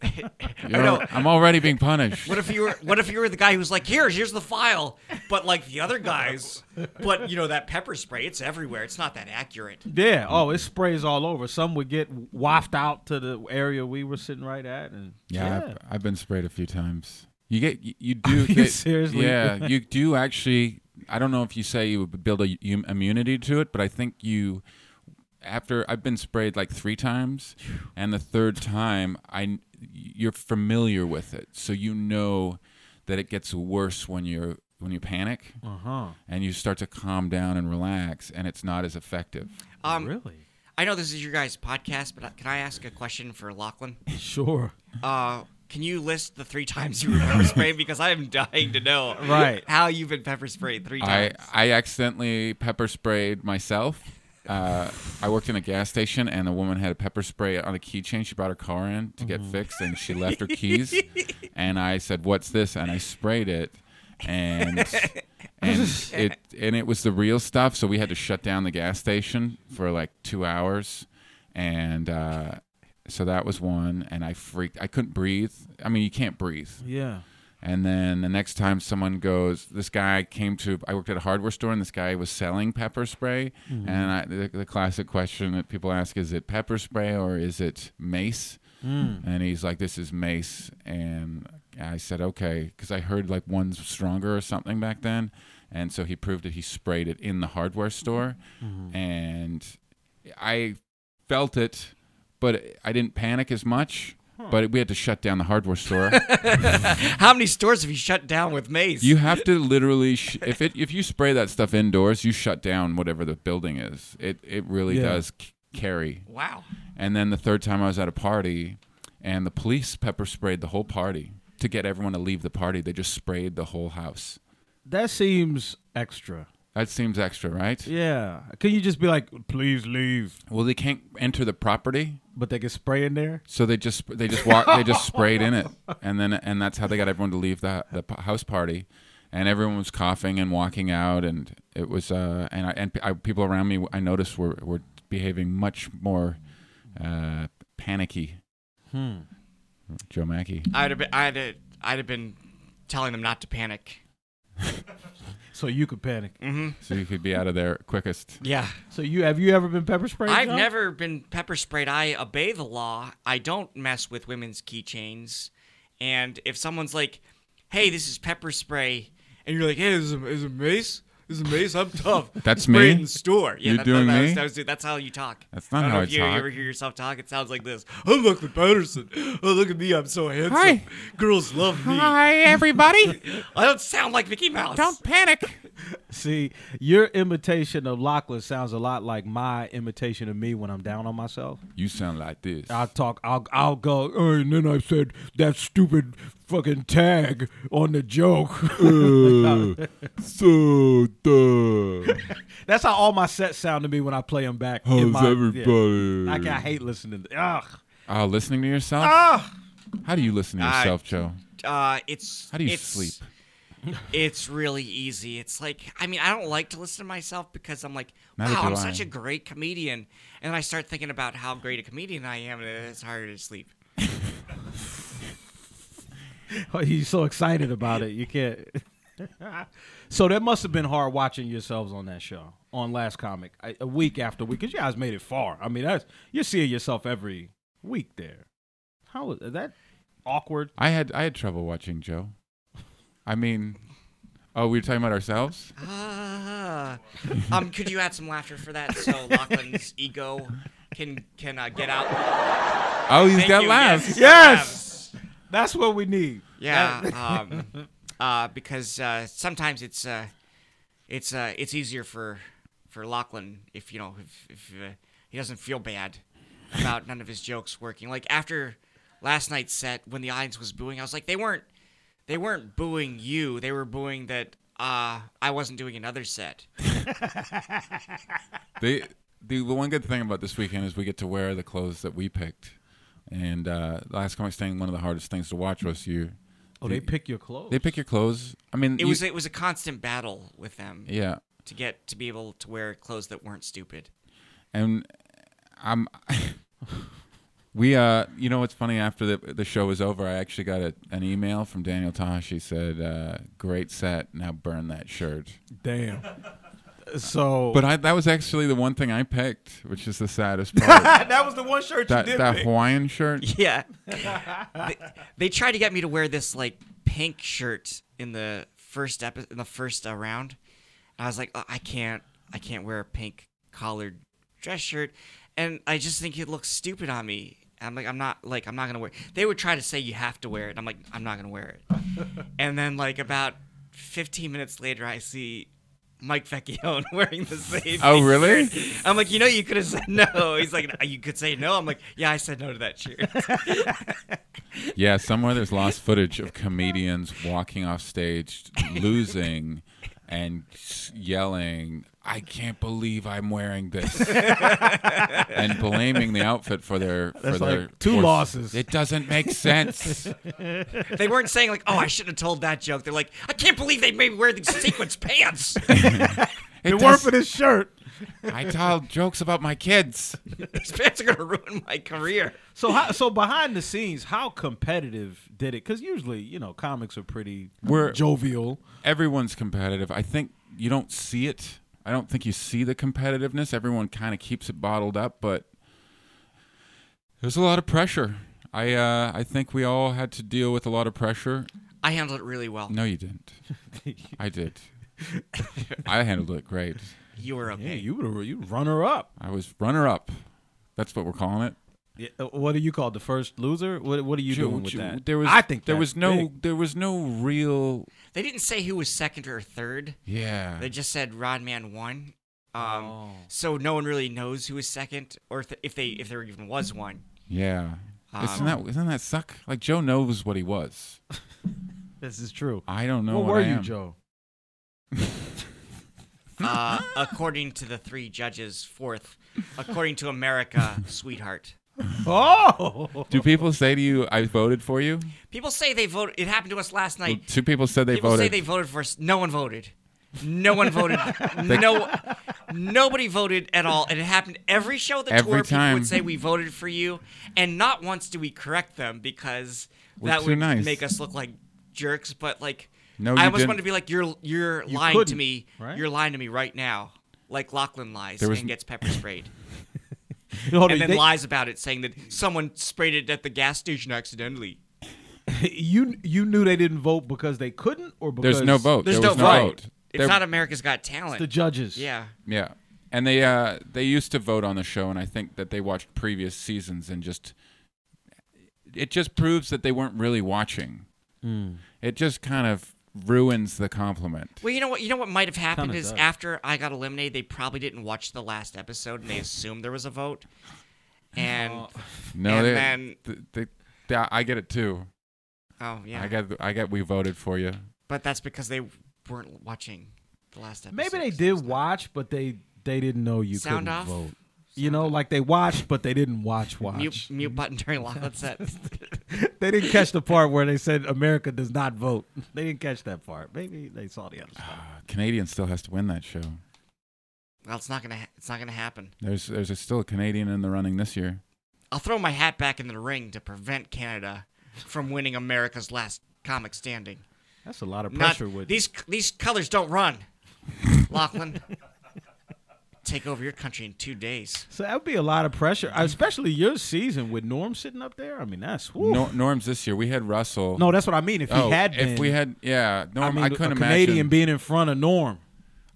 Speaker 8: you
Speaker 9: know.
Speaker 8: I'm already being punished.
Speaker 9: What if you were What if you were the guy who's like, here, here's the file, but like the other guys, but you know that pepper spray, it's everywhere. It's not that accurate.
Speaker 2: yeah. Oh, it sprays all over. Some would get wafted out to the area we were sitting right at, and
Speaker 8: Yeah, I've, I've been sprayed a few times. You get you, you do they-
Speaker 2: seriously?
Speaker 8: Yeah, you do actually. I don't know if you say you would build a um, immunity to it, but I think you. After I've been sprayed like three times, and the third time, I you're familiar with it, so you know that it gets worse when you're when you panic
Speaker 2: Uh huh.
Speaker 8: and you start to calm down and relax, and it's not as effective.
Speaker 9: Um,
Speaker 2: really?
Speaker 9: uh, I know this is your guys' podcast, but can I ask a question for Lachlan?
Speaker 2: Sure.
Speaker 9: Uh, Can you list the three times you were pepper sprayed? Because I am dying to know
Speaker 8: Right.
Speaker 9: how you've been pepper sprayed three
Speaker 8: I,
Speaker 9: times.
Speaker 8: I accidentally pepper sprayed myself. Uh, I worked in a gas station, and a woman had a pepper spray on a keychain. She brought her car in to
Speaker 9: Mm-hmm.
Speaker 8: get fixed, and she left her keys. And I said, "What's this?" And I sprayed it, and and it and it was the real stuff. So we had to shut down the gas station for like two hours, and uh, so that was one. And I freaked. I couldn't breathe. I mean, you can't breathe.
Speaker 2: Yeah.
Speaker 8: And then the next time someone goes, this guy came to, I worked at a hardware store and this guy was selling pepper spray.
Speaker 12: Mhm.
Speaker 8: And I, the, the classic question that people ask is it pepper spray or is it mace?
Speaker 12: Mm.
Speaker 8: And he's like, this is mace. And I said, okay, because I heard like one's stronger or something back then. And so he proved it. He sprayed it in the hardware store.
Speaker 12: Mhm.
Speaker 8: And I felt it, but I didn't panic as much. But we had to shut down the hardware store.
Speaker 9: How many stores have you shut down with mace?
Speaker 8: You have to literally sh- if it if you spray that stuff indoors, you shut down whatever the building is. It it really
Speaker 9: Yeah.
Speaker 8: does c- carry.
Speaker 9: Wow.
Speaker 8: And then the third time I was at a party, and the police pepper sprayed the whole party to get everyone to leave the party. They just sprayed the whole house.
Speaker 2: That seems extra.
Speaker 8: That seems extra, right?
Speaker 2: Yeah. Can you just be like, please leave?
Speaker 8: Well, they can't enter the property,
Speaker 2: but they can spray in there.
Speaker 8: So they just they just walk they just sprayed in it, and then and that's how they got everyone to leave the the p- house party, and everyone was coughing and walking out, and it was uh and I and I, people around me I noticed were were behaving much more uh panicky.
Speaker 2: Hmm.
Speaker 8: Joe Mackey.
Speaker 9: I'd have been, I'd have, I'd have been telling them not to panic.
Speaker 2: So you could panic.
Speaker 9: Mm-hmm.
Speaker 8: So you could be out of there quickest.
Speaker 9: Yeah.
Speaker 2: So you have you ever been pepper sprayed?
Speaker 9: I've
Speaker 2: John?
Speaker 9: never been pepper sprayed. I obey the law. I don't mess with women's keychains. And if someone's like, "Hey, this is pepper spray," and you're like, "Hey, this is a, is a mace. This is a mace. I'm tough."
Speaker 8: That's
Speaker 9: Spray
Speaker 8: me?
Speaker 9: it in the store. Yeah,
Speaker 8: You
Speaker 9: that,
Speaker 8: doing
Speaker 9: that, that
Speaker 8: me?
Speaker 9: Was, that was, that's how you talk.
Speaker 8: That's not
Speaker 9: I don't
Speaker 8: how
Speaker 9: know if
Speaker 8: I
Speaker 9: you,
Speaker 8: talk.
Speaker 9: You ever hear yourself talk? It sounds like this. I'm Lucky Patterson. Oh, look at me. I'm so handsome.
Speaker 12: Hi.
Speaker 9: Girls love me.
Speaker 12: Hi, everybody.
Speaker 9: I don't sound like Mickey Mouse.
Speaker 12: Don't panic.
Speaker 2: See, your imitation of Lachlan sounds a lot like my imitation of me when I'm down on myself.
Speaker 8: You sound like this.
Speaker 2: I'll talk. I'll I'll go. "Oh, and then I said that stupid fucking tag on the joke.
Speaker 12: so duh.
Speaker 2: That's how all my sets sound to me when I play them back. in
Speaker 8: How's
Speaker 2: my- yeah.
Speaker 8: everybody?
Speaker 2: Like, I hate listening. To, ugh.
Speaker 8: Oh, listening to yourself.
Speaker 2: Ah!
Speaker 8: How do you listen to
Speaker 9: I-
Speaker 8: yourself, Joe?
Speaker 9: Uh, it's
Speaker 8: How do you
Speaker 9: it's-
Speaker 8: sleep?
Speaker 9: It's really easy. It's like I mean I don't like to listen to myself because I'm like
Speaker 8: Neither
Speaker 9: wow
Speaker 8: do
Speaker 9: I'm
Speaker 8: I.
Speaker 9: such a great comedian and I start thinking about how great a comedian I am and it's harder to sleep.
Speaker 2: Oh, He's so excited about it. You can't. so that must have been hard watching yourselves on that show on Last Comic I- a week after week because you guys made it far. I mean, that's you're seeing yourself every week there. How was that awkward?
Speaker 8: I had I had trouble watching Joe. I mean, oh, we were talking about ourselves.
Speaker 9: Ah. um, could you add some laughter for that so Lachlan's ego can can uh, get out?
Speaker 8: Oh, he's
Speaker 9: Thank
Speaker 8: got
Speaker 9: you.
Speaker 8: laughs.
Speaker 9: Yes,
Speaker 2: Yes! That's what we need.
Speaker 9: Yeah, um, uh, because uh, sometimes it's uh, it's uh, it's easier for for Lachlan if you know if, if uh, he doesn't feel bad about none of his jokes working. Like after last night's set, when the audience was booing, I was like, they weren't they weren't booing you. They were booing that uh, I wasn't doing another set.
Speaker 8: They, the, the one good thing about this weekend is we get to wear the clothes that we picked. And uh, last comic standing, one of the hardest things to watch was you.
Speaker 2: Oh, they pick your clothes.
Speaker 8: They pick your clothes. I mean,
Speaker 9: it
Speaker 8: you-
Speaker 9: was it was a constant battle with them.
Speaker 8: Yeah.
Speaker 9: To get to be able to wear clothes that weren't stupid.
Speaker 8: and I'm we uh you know what's funny after the the show was over I actually got a, an email from Daniel Tosh he said uh, great set now burn that shirt
Speaker 2: Damn. So,
Speaker 8: but I that was actually the one thing I picked which is the saddest part
Speaker 9: That was the one shirt you
Speaker 8: that,
Speaker 9: did
Speaker 8: that
Speaker 9: pick.
Speaker 8: Hawaiian shirt
Speaker 9: Yeah. they, they tried to get me to wear this like pink shirt in the first epi- in the first uh, round. And I was like, "Oh, I can't I can't wear a pink collared dress shirt and I just think it looks stupid on me. I'm like I'm not like I'm not going to wear. It. They would try to say you have to wear it. and I'm like I'm not going to wear it. and then like about 15 minutes later I see Mike Vecchione wearing the same.
Speaker 8: Oh, really?
Speaker 9: t-shirt. I'm like, you know, you could have said no. He's like, you could say no. I'm like, yeah, I said no to that shirt.
Speaker 8: Yeah, somewhere there's lost footage of comedians walking off stage, losing, and yelling, "I can't believe I'm wearing this," and blaming the outfit for their
Speaker 2: That's
Speaker 8: for their
Speaker 2: like two
Speaker 8: for-
Speaker 2: losses.
Speaker 8: It doesn't make sense.
Speaker 9: they weren't saying like, "Oh, I shouldn't have told that joke." They're like, "I can't believe they made me wear these sequence pants."
Speaker 8: It
Speaker 2: it
Speaker 8: does-
Speaker 2: worked for this shirt.
Speaker 8: I tell jokes about my kids.
Speaker 9: These pants are gonna ruin my career.
Speaker 2: So, how, so behind the scenes, how competitive did it? Because usually, you know, comics are pretty
Speaker 8: We're
Speaker 2: jovial.
Speaker 8: Everyone's competitive. I think you don't see it. I don't think you see the competitiveness. Everyone kind of keeps it bottled up, but there's a lot of pressure. I uh, I think we all had to deal with a lot of pressure.
Speaker 9: I handled it really well.
Speaker 8: No, you didn't. I did. I handled it great.
Speaker 9: You were okay.
Speaker 2: Yeah, you would you runner up.
Speaker 8: I was runner up. That's what we're calling it.
Speaker 2: Yeah, uh, What do you call the first loser? What What are you
Speaker 8: Ju-
Speaker 2: doing with
Speaker 8: ju-
Speaker 2: that?
Speaker 8: There was
Speaker 2: I think
Speaker 8: there
Speaker 2: that's
Speaker 8: was no
Speaker 2: big.
Speaker 8: there was no real
Speaker 9: They didn't say who was second or third.
Speaker 8: Yeah.
Speaker 9: They just said Rodman won. Um, So no one really knows who was second, or if, if they if there even was one.
Speaker 8: yeah. isn't
Speaker 9: Um,
Speaker 8: that isn't that suck? Like Joe knows what he was.
Speaker 2: This is true.
Speaker 8: I don't know
Speaker 2: What,
Speaker 8: what
Speaker 2: were
Speaker 8: I
Speaker 2: you,
Speaker 8: am.
Speaker 2: Joe?
Speaker 9: Uh, according to the three judges, fourth. According to America, sweetheart.
Speaker 2: Oh.
Speaker 8: Do people say to you, "I voted for you"?
Speaker 9: People say they voted. It happened to us last night.
Speaker 8: Two people said they
Speaker 9: People
Speaker 8: voted.
Speaker 9: say they voted for us. No one voted. No one voted. no, nobody voted at all. And it happened every show the
Speaker 8: Every
Speaker 9: tour. People
Speaker 8: time.
Speaker 9: would say we voted for you, and not once do we correct them because
Speaker 8: We're
Speaker 9: that
Speaker 8: too
Speaker 9: would
Speaker 8: nice.
Speaker 9: make us look like jerks. But like,
Speaker 8: No, you
Speaker 9: I almost
Speaker 8: didn't.
Speaker 9: wanted to be like, you're you're
Speaker 2: You
Speaker 9: lying to
Speaker 2: couldn't,
Speaker 9: me.
Speaker 2: right?
Speaker 9: You're lying to me right now. Like Lachlan lies
Speaker 8: There was-
Speaker 9: and gets pepper sprayed,
Speaker 2: Hold on,
Speaker 9: and then
Speaker 2: they-
Speaker 9: lies about it, saying that someone sprayed it at the gas station accidentally.
Speaker 2: you you knew they didn't vote because they couldn't, or because
Speaker 8: There's no vote.
Speaker 9: There's
Speaker 8: there
Speaker 9: no
Speaker 8: was no
Speaker 9: vote.
Speaker 8: vote.
Speaker 9: It's
Speaker 8: There-
Speaker 9: not America's Got Talent.
Speaker 2: the judges.
Speaker 9: Yeah.
Speaker 8: Yeah, and they uh, they used to vote on the show, and I think that they watched previous seasons and just it just proves that they weren't really watching. It just kind of ruins the compliment.
Speaker 9: Well, you know what? You know what might have happened
Speaker 2: Kinda
Speaker 9: is
Speaker 2: does.
Speaker 9: after I got eliminated, they probably didn't watch the last episode and they assumed there was a vote. And oh,
Speaker 8: No,
Speaker 9: And
Speaker 8: they,
Speaker 9: then- oh,
Speaker 8: th- they, th- I get it too.
Speaker 9: yeah,
Speaker 8: I get I get we voted for you.
Speaker 9: but that's because they weren't watching the last episode.
Speaker 2: Maybe they did watch, but they they didn't know you
Speaker 9: Sound
Speaker 2: couldn't
Speaker 9: off?
Speaker 2: vote. you know, like they watched, but they didn't watch watch.
Speaker 9: Mute, mute button during Lachlan's set.
Speaker 2: They didn't catch the part where they said America does not vote. They didn't catch that part. Maybe they saw the other stuff.
Speaker 8: Canadian still has to win that show.
Speaker 9: well, it's not gonna. Ha- it's not gonna happen.
Speaker 8: There's there's a, still a Canadian in the running this year.
Speaker 9: I'll throw my hat back in the ring to prevent Canada from winning America's last comic standing.
Speaker 2: That's a lot of
Speaker 9: Not,
Speaker 2: pressure. with
Speaker 9: these these colors don't run, Lachlan. Take over your country in two days.
Speaker 2: so that would be a lot of pressure, especially your season with Norm sitting up there. I mean, that's woo.
Speaker 8: Nor, Norm's this year. We had Russell.
Speaker 2: no, that's what I mean. If he
Speaker 8: Oh,
Speaker 2: had
Speaker 8: if
Speaker 2: been,
Speaker 8: we had, yeah,
Speaker 2: I
Speaker 8: Norm,
Speaker 2: mean,
Speaker 8: I, couldn't
Speaker 2: a
Speaker 8: imagine
Speaker 2: Canadian being in front of Norm.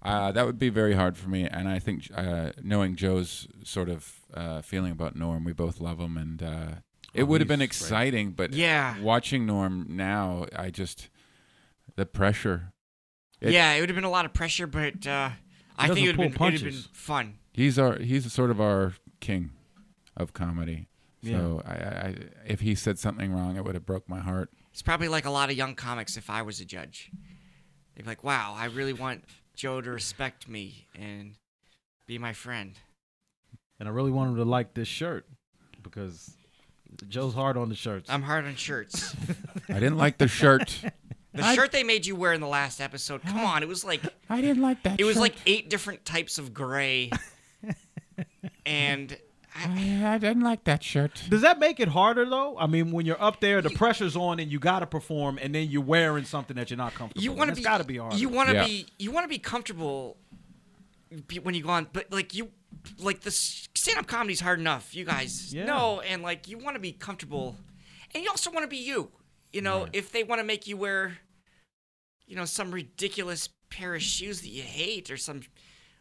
Speaker 8: Uh, that would be very hard for me, and I think uh, knowing Joe's sort of uh, feeling about Norm, we both love him, and uh, it
Speaker 2: Oh,
Speaker 8: would have been
Speaker 2: he's
Speaker 8: exciting. But
Speaker 9: Yeah.
Speaker 8: watching Norm now, I just the pressure. It-
Speaker 9: yeah, it would have been a lot of pressure, but uh, I
Speaker 2: doesn't
Speaker 9: think it would have
Speaker 2: pull
Speaker 9: been, it'd have been
Speaker 2: punches.
Speaker 9: fun.
Speaker 8: He's our he's sort of our king of comedy. So I, I, I- if he said something wrong, it would have broke my heart.
Speaker 9: It's probably like a lot of young comics if I was a judge. They'd be like, wow, I really want Joe to respect me and be my friend.
Speaker 2: And I really want him to like this shirt because Joe's hard on the shirts.
Speaker 9: I'm hard on shirts.
Speaker 8: I didn't like the shirt.
Speaker 9: The shirt they made you wear in the last episode, come on, it was like
Speaker 6: I didn't like that.
Speaker 9: it was like eight different types of gray. and
Speaker 6: I didn't like that shirt.
Speaker 2: Does that make it harder though? I mean, when you're up there, the pressure's on, and you got to perform, and then you're wearing something that you're not comfortable.
Speaker 9: you
Speaker 2: in.
Speaker 9: want to
Speaker 2: That's
Speaker 9: be
Speaker 2: gotta be harder.
Speaker 9: You want to
Speaker 8: Yeah.
Speaker 9: be you want to be comfortable be- when you go on, but like you like the stand up comedy's hard enough. You guys
Speaker 2: Yeah.
Speaker 9: know, and like you want to be comfortable, and you also want to be you. You know, if they want to make you wear, you know, some ridiculous pair of
Speaker 2: Mm.
Speaker 9: shoes that you hate or some.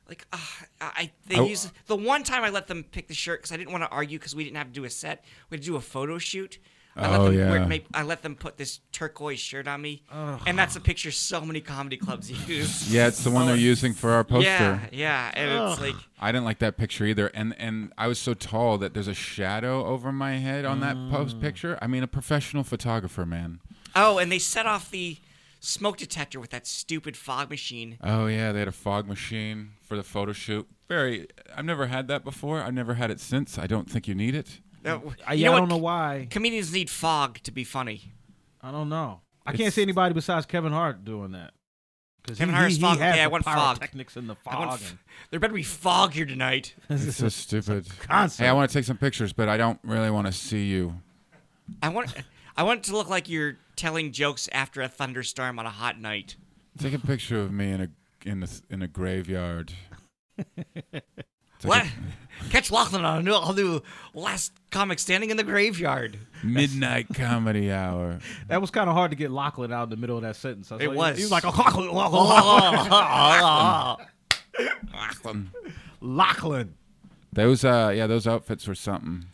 Speaker 9: Like uh, I, they
Speaker 8: Oh.
Speaker 9: use the one time I let them pick the shirt because I didn't want to argue because we didn't have to do a set. We had to do a photo shoot. I let
Speaker 8: Oh,
Speaker 9: them wear,
Speaker 8: yeah.
Speaker 9: make, I let them put this turquoise shirt on me, and that's a picture so many comedy clubs use.
Speaker 8: Yeah, it's the one they're using for our poster.
Speaker 9: Oh. Yeah, yeah, and it's like
Speaker 8: I didn't like that picture either, and and I was so tall that there's a shadow over my head on that post picture. I mean, a professional photographer, man.
Speaker 9: oh, and they set off the smoke detector with that stupid fog machine.
Speaker 8: Oh yeah, they had a fog machine for the photo shoot. Very, I've never had that before. I've never had it since. I don't think you need it.
Speaker 9: That-
Speaker 2: I,
Speaker 9: you
Speaker 2: Mm. Uh, yeah, I
Speaker 9: what?
Speaker 2: don't know why.
Speaker 9: Comedians need fog to be funny.
Speaker 2: I don't know. I can't
Speaker 9: It's-
Speaker 2: see anybody besides Kevin Hart doing that. 'Cause
Speaker 9: Kevin
Speaker 2: he-
Speaker 9: Harris
Speaker 2: he- he
Speaker 9: fog.
Speaker 2: has
Speaker 9: Okay, I
Speaker 2: the
Speaker 9: want fog.
Speaker 2: pyrotechnics in the
Speaker 9: I want
Speaker 2: fog.
Speaker 9: f-
Speaker 2: and-
Speaker 9: there better be fog here tonight.
Speaker 8: It's so stupid.
Speaker 9: concept.
Speaker 8: Hey, I want to take some pictures, but I don't really want to see you.
Speaker 9: I want, I want it to look like you're telling jokes after a thunderstorm on a hot night.
Speaker 8: Take a picture of me in a in a in a graveyard. Take a-
Speaker 9: What? Catch Lachlan on a new, all new last comic standing in the graveyard.
Speaker 8: Midnight comedy hour.
Speaker 2: that was kind of hard to get Lachlan out in the middle of that sentence. I
Speaker 9: It
Speaker 2: like,
Speaker 9: was.
Speaker 2: He was like, "Oh, Lachlan, Lachlan, Lachlan,
Speaker 8: Lachlan.
Speaker 2: Lachlan.
Speaker 8: Those uh yeah, those outfits were something.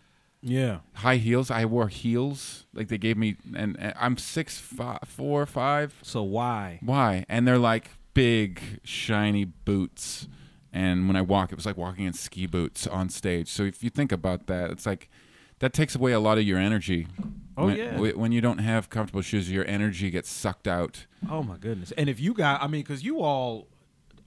Speaker 2: Yeah.
Speaker 8: High heels. I wore heels. Like they gave me and, and I'm six five four five.
Speaker 2: So why?
Speaker 8: Why? And they're like big, shiny boots. And when I walk, it was like walking in ski boots on stage. So if you think about that, it's like that takes away a lot of your energy.
Speaker 2: Oh,
Speaker 8: when,
Speaker 2: yeah.
Speaker 8: w- When you don't have comfortable shoes, your energy gets sucked out.
Speaker 2: Oh my goodness! And if you got, I mean, because you all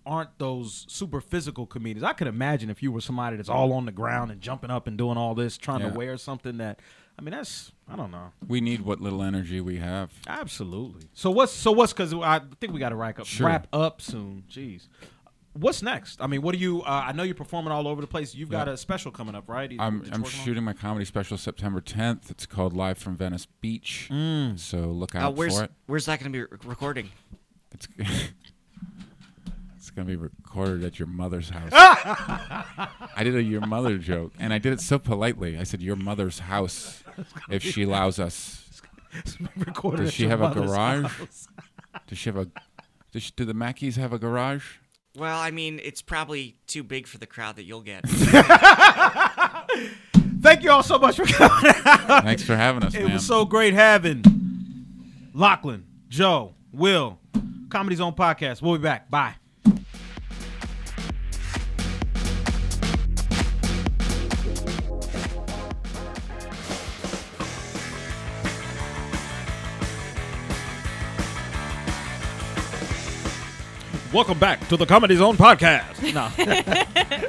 Speaker 2: aren't those super physical comedians. I could imagine if you were somebody that's all on the ground and jumping up and doing all this, trying
Speaker 8: Yeah.
Speaker 2: to wear something that, I mean, that's I don't know.
Speaker 8: We need what little energy we have.
Speaker 2: Absolutely. So what's so what's because I think we got to wrap up
Speaker 8: Sure.
Speaker 2: wrap up soon. Jeez, what's next? I mean, what do you? Uh, I know you're performing all over the place. You've got
Speaker 8: Yeah.
Speaker 2: a special coming up, right?
Speaker 8: I'm,
Speaker 2: That you're
Speaker 8: I'm
Speaker 2: working on?
Speaker 8: shooting my comedy special September 10th. It's called Live from Venice Beach.
Speaker 2: Mm.
Speaker 8: So look
Speaker 9: Uh,
Speaker 8: out
Speaker 9: where's
Speaker 8: for it.
Speaker 9: where's that going to be re- recording?
Speaker 8: It's, it's going to be recorded at your mother's house. I did a your mother joke, and I did it so politely. I said, Your mother's house, if she allows us.
Speaker 2: Recorded
Speaker 8: Does
Speaker 2: at
Speaker 8: she
Speaker 2: your
Speaker 8: have a
Speaker 2: mother's
Speaker 8: garage?
Speaker 2: house.
Speaker 8: Does she have a. Does she, do the Mackeys have a garage?
Speaker 9: Well, I mean, it's probably too big for the crowd that you'll get.
Speaker 2: Thank you all so much for coming out.
Speaker 8: Thanks for having us,
Speaker 2: It
Speaker 8: ma'am.
Speaker 2: was so great having Lachlan, Joe, Will, Comedy Zone Podcast. We'll be back. Bye. Welcome back to the Comedy Zone Podcast. No,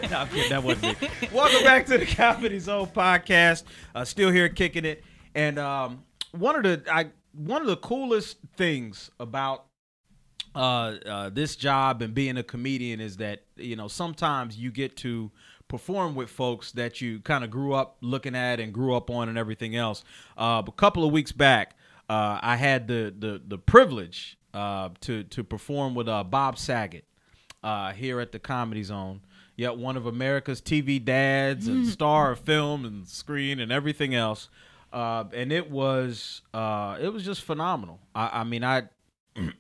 Speaker 2: no I'm kidding. That wasn't me. Welcome back to the Comedy Zone podcast. Uh, still here kicking it, and um, one of the I one of the coolest things about uh, uh, this job and being a comedian is that you know sometimes you get to perform with folks that you kind of grew up looking at and grew up on and everything else. Uh, but a couple of weeks back, uh, I had the the the privilege uh, to to perform with uh, Bob Saget uh, here at the Comedy Zone. Yet one of America's TV dads and star of film and screen and everything else, uh, and it was uh, it was just phenomenal. I, I mean, I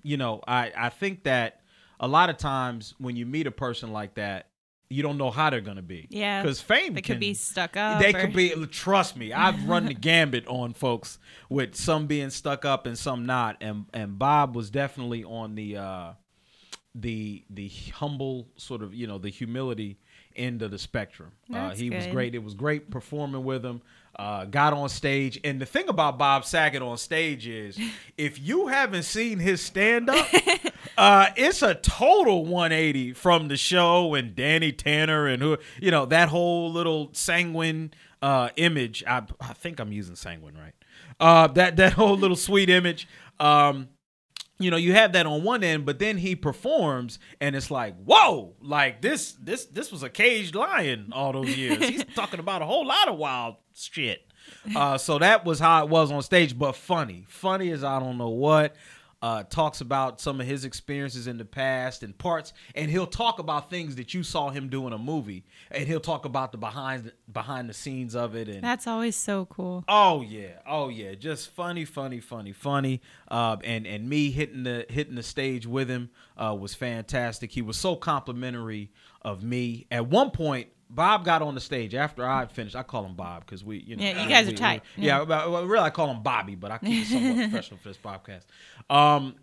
Speaker 2: you know, I I think that a lot of times when you meet a person like that, you don't know how they're gonna be.
Speaker 13: Yeah.
Speaker 2: because fame
Speaker 13: They
Speaker 2: can,
Speaker 13: could be stuck up
Speaker 2: They
Speaker 13: or-
Speaker 2: could be. Trust me, I've run the gambit on folks with some being stuck up and some not, and and Bob was definitely on the. Uh, the the humble sort of you know the humility end of the spectrum. Uh,
Speaker 13: That's
Speaker 2: he was
Speaker 13: good.
Speaker 2: great. It was great performing with him. Uh, got on stage, and the thing about Bob Saget on stage is, if you haven't seen his stand up, uh, it's a total 180 from the show and Danny Tanner and who you know that whole little sanguine uh, image. I I think I'm using sanguine right. Uh, that that whole little sweet image. Um, you know you have that on one end but then he performs and it's like whoa like this this this was a caged lion all those years he's talking about a whole lot of wild shit uh, so that was how it was on stage but funny funny as i don't know what uh, talks about some of his experiences in the past and parts and he'll talk about things that you saw him do in a movie and he'll talk about the behind behind the scenes of it and
Speaker 13: That's always so cool.
Speaker 2: Oh yeah, oh yeah, just funny, funny, funny, funny. Uh, and and me hitting the hitting the stage with him uh, was fantastic. He was so complimentary of me. At one point, Bob got on the stage after I finished. I call him Bob because we, you know,
Speaker 13: Yeah, you
Speaker 2: we-
Speaker 13: guys are
Speaker 2: we-
Speaker 13: tight.
Speaker 2: we- yeah, but- well, really, I call him Bobby, but I keep it somewhat professional for this podcast. Um,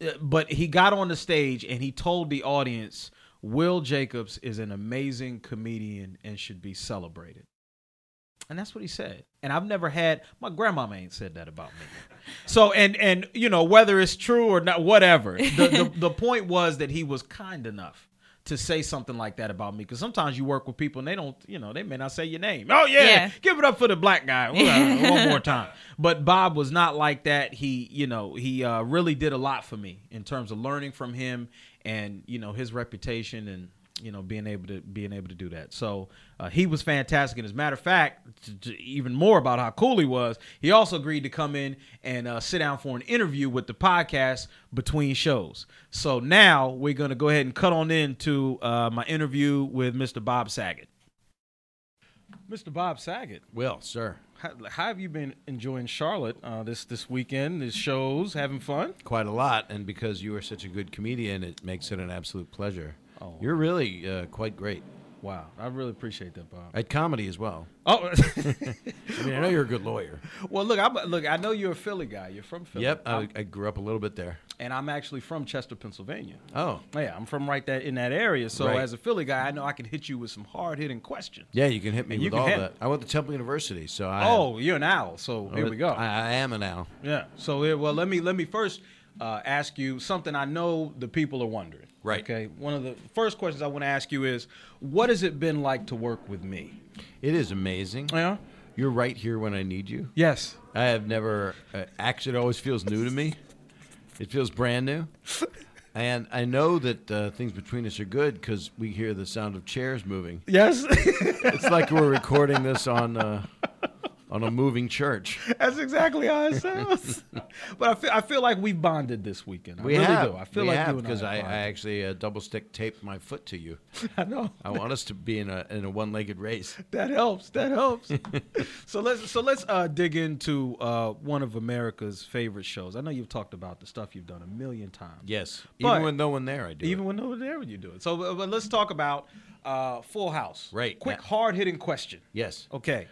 Speaker 2: uh, but he got on the stage and he told the audience, "Will Jacobs is an amazing comedian and should be celebrated." And that's what he said. And I've never had my grandmama ain't said that about me. So and and you know whether it's true or not, whatever. The the, the point was that he was kind enough to say something like that about me because sometimes you work with people and they don't, you know, they may not say your name. Oh yeah,
Speaker 14: Yeah.
Speaker 2: give it up for the black guy Well, one more time. But Bob was not like that. He you know he uh, really did a lot for me in terms of learning from him and you know his reputation and you know being able to being able to do that so uh, he was fantastic and as a matter of fact t- t- even more about how cool he was he also agreed to come in and uh, sit down for an interview with the podcast between shows so now we're going to go ahead and cut on into uh, my interview with mr bob saget mr bob saget well sir how, how have you been enjoying charlotte uh, this this weekend this shows having fun
Speaker 11: quite a lot, and because you are such a good comedian, it makes it an absolute pleasure. You're really uh, quite great.
Speaker 2: Oh, Wow, I really appreciate that, Bob.
Speaker 11: At comedy as well.
Speaker 2: Oh,
Speaker 11: I mean, I know you're a good lawyer.
Speaker 2: Well, look, I'm, look, I know you're a Philly guy. You're from Philly.
Speaker 11: Yep, I,
Speaker 2: I'm-
Speaker 11: I grew up a little bit there.
Speaker 2: and I'm actually from Chester, Pennsylvania.
Speaker 11: Oh.
Speaker 2: yeah, I'm from right that in that area. So
Speaker 11: Right.
Speaker 2: as a Philly guy, I know I can hit you with some hard hitting questions.
Speaker 11: Yeah, you can hit me
Speaker 2: And you
Speaker 11: with
Speaker 2: can
Speaker 11: all
Speaker 2: hit
Speaker 11: that. I went to Temple University, so I.
Speaker 2: oh, you're an owl, so here we go.
Speaker 11: I, I am an owl.
Speaker 2: Yeah. So yeah, well, let me let me first uh, ask you something I know the people are wondering. Right. Okay. One of the first questions I want to ask you is, what has it been like to work with me?
Speaker 11: It is amazing.
Speaker 2: Yeah.
Speaker 11: You're right here when I need you.
Speaker 2: Yes.
Speaker 11: I have never. Uh, actually, it always feels new to me. It feels brand new. And I know that uh, things between us are good because we hear the sound of chairs moving.
Speaker 2: Yes.
Speaker 11: it's like we're recording this on uh, on a moving church.
Speaker 2: That's exactly how it sounds. but I feel, I feel like we bonded this weekend. I
Speaker 11: We
Speaker 2: really
Speaker 11: have.
Speaker 2: do. I feel
Speaker 11: we
Speaker 2: like
Speaker 11: have
Speaker 2: you and
Speaker 11: because I,
Speaker 2: I,
Speaker 11: I
Speaker 2: have bonded.
Speaker 11: actually uh, double stick taped my foot to you.
Speaker 2: I know.
Speaker 11: I want us to be in a in a one legged race.
Speaker 2: That helps. That helps. so let's so let's uh, dig into uh, one of America's favorite shows. I know you've talked about the stuff you've done a million times.
Speaker 11: Yes.
Speaker 2: But-
Speaker 11: Even when no one there, I do.
Speaker 2: Even when no one there, you do it. So uh, but let's talk about uh, Full House.
Speaker 11: Right.
Speaker 2: Quick, hard hitting question.
Speaker 11: Yes.
Speaker 2: Okay.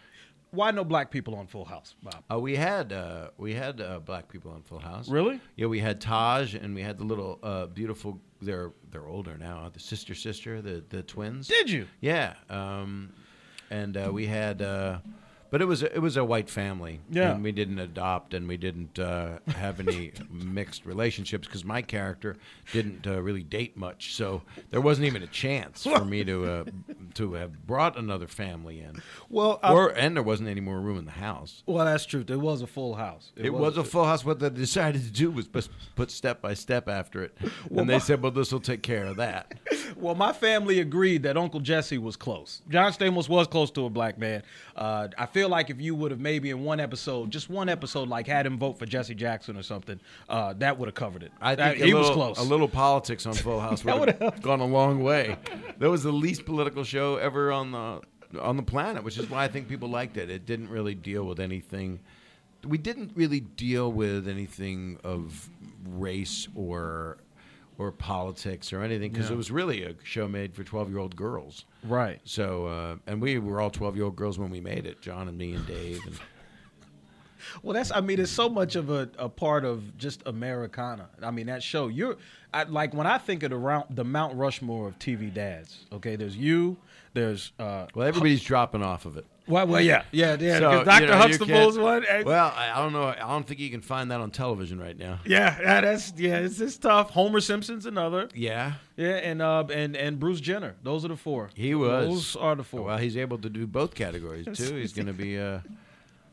Speaker 2: Why no black people on Full House, Bob?
Speaker 11: Uh, we had uh, we had uh, black people on Full House.
Speaker 2: Really?
Speaker 11: Yeah, we had Taj and we had the little uh, beautiful. They're they're older now. The sister sister the the twins.
Speaker 2: Did you?
Speaker 11: Yeah. Um, and uh, we had. Uh, but it was a, it was a white family,
Speaker 2: Yeah.
Speaker 11: And we didn't adopt, and we didn't uh, have any mixed relationships because my character didn't uh, really date much, so there wasn't even a chance for me to uh, to have brought another family in.
Speaker 2: Well, I-
Speaker 11: or and there wasn't any more room in the house.
Speaker 2: Well, that's true. It was a full house.
Speaker 11: It, was, a full house. What they decided to do was put, put step by step after it, and they said, "Well, this will take care of that."
Speaker 2: Well, my family agreed that Uncle Jesse was close. John Stamos was close to a black man. Uh, I feel like if you would have maybe in one episode, just one episode, like had him vote for Jesse Jackson or something, uh, that would have covered it.
Speaker 11: I
Speaker 2: That-
Speaker 11: think a
Speaker 2: he
Speaker 11: little,
Speaker 2: was close.
Speaker 11: A little politics on Full House
Speaker 2: That
Speaker 11: would have gone a long way. That was the least political show ever on the on the planet, which is why I think people liked it. It didn't really deal with anything. We didn't really deal with anything of race or or politics or anything because
Speaker 2: Yeah.
Speaker 11: it was really a show made for twelve year old girls.
Speaker 2: Right.
Speaker 11: So, uh, and we were all twelve year old girls when we made it. John and me and Dave. And,
Speaker 2: Well, that's I mean, it's so much of a, a part of just Americana. I mean, that show. You're I, like when I think of the round, the Mount Rushmore of TV dads. Okay, there's you. There's uh,
Speaker 11: well, everybody's dropping off of it.
Speaker 2: Well, well, yeah, yeah, yeah.
Speaker 11: So,
Speaker 2: Because
Speaker 11: you
Speaker 2: Doctor
Speaker 11: know, you
Speaker 2: Huxtable's
Speaker 11: can't-
Speaker 2: one. and-
Speaker 11: Well, I, I don't know. I don't think you can find that on television right now.
Speaker 2: Yeah, yeah, that's yeah, it's it's tough. Homer Simpson's another.
Speaker 11: Yeah.
Speaker 2: Yeah, and uh and and Bruce Jenner. Those are the four.
Speaker 11: He was.
Speaker 2: Those are the four.
Speaker 11: Well, he's able to do both categories too. He's going to be, uh,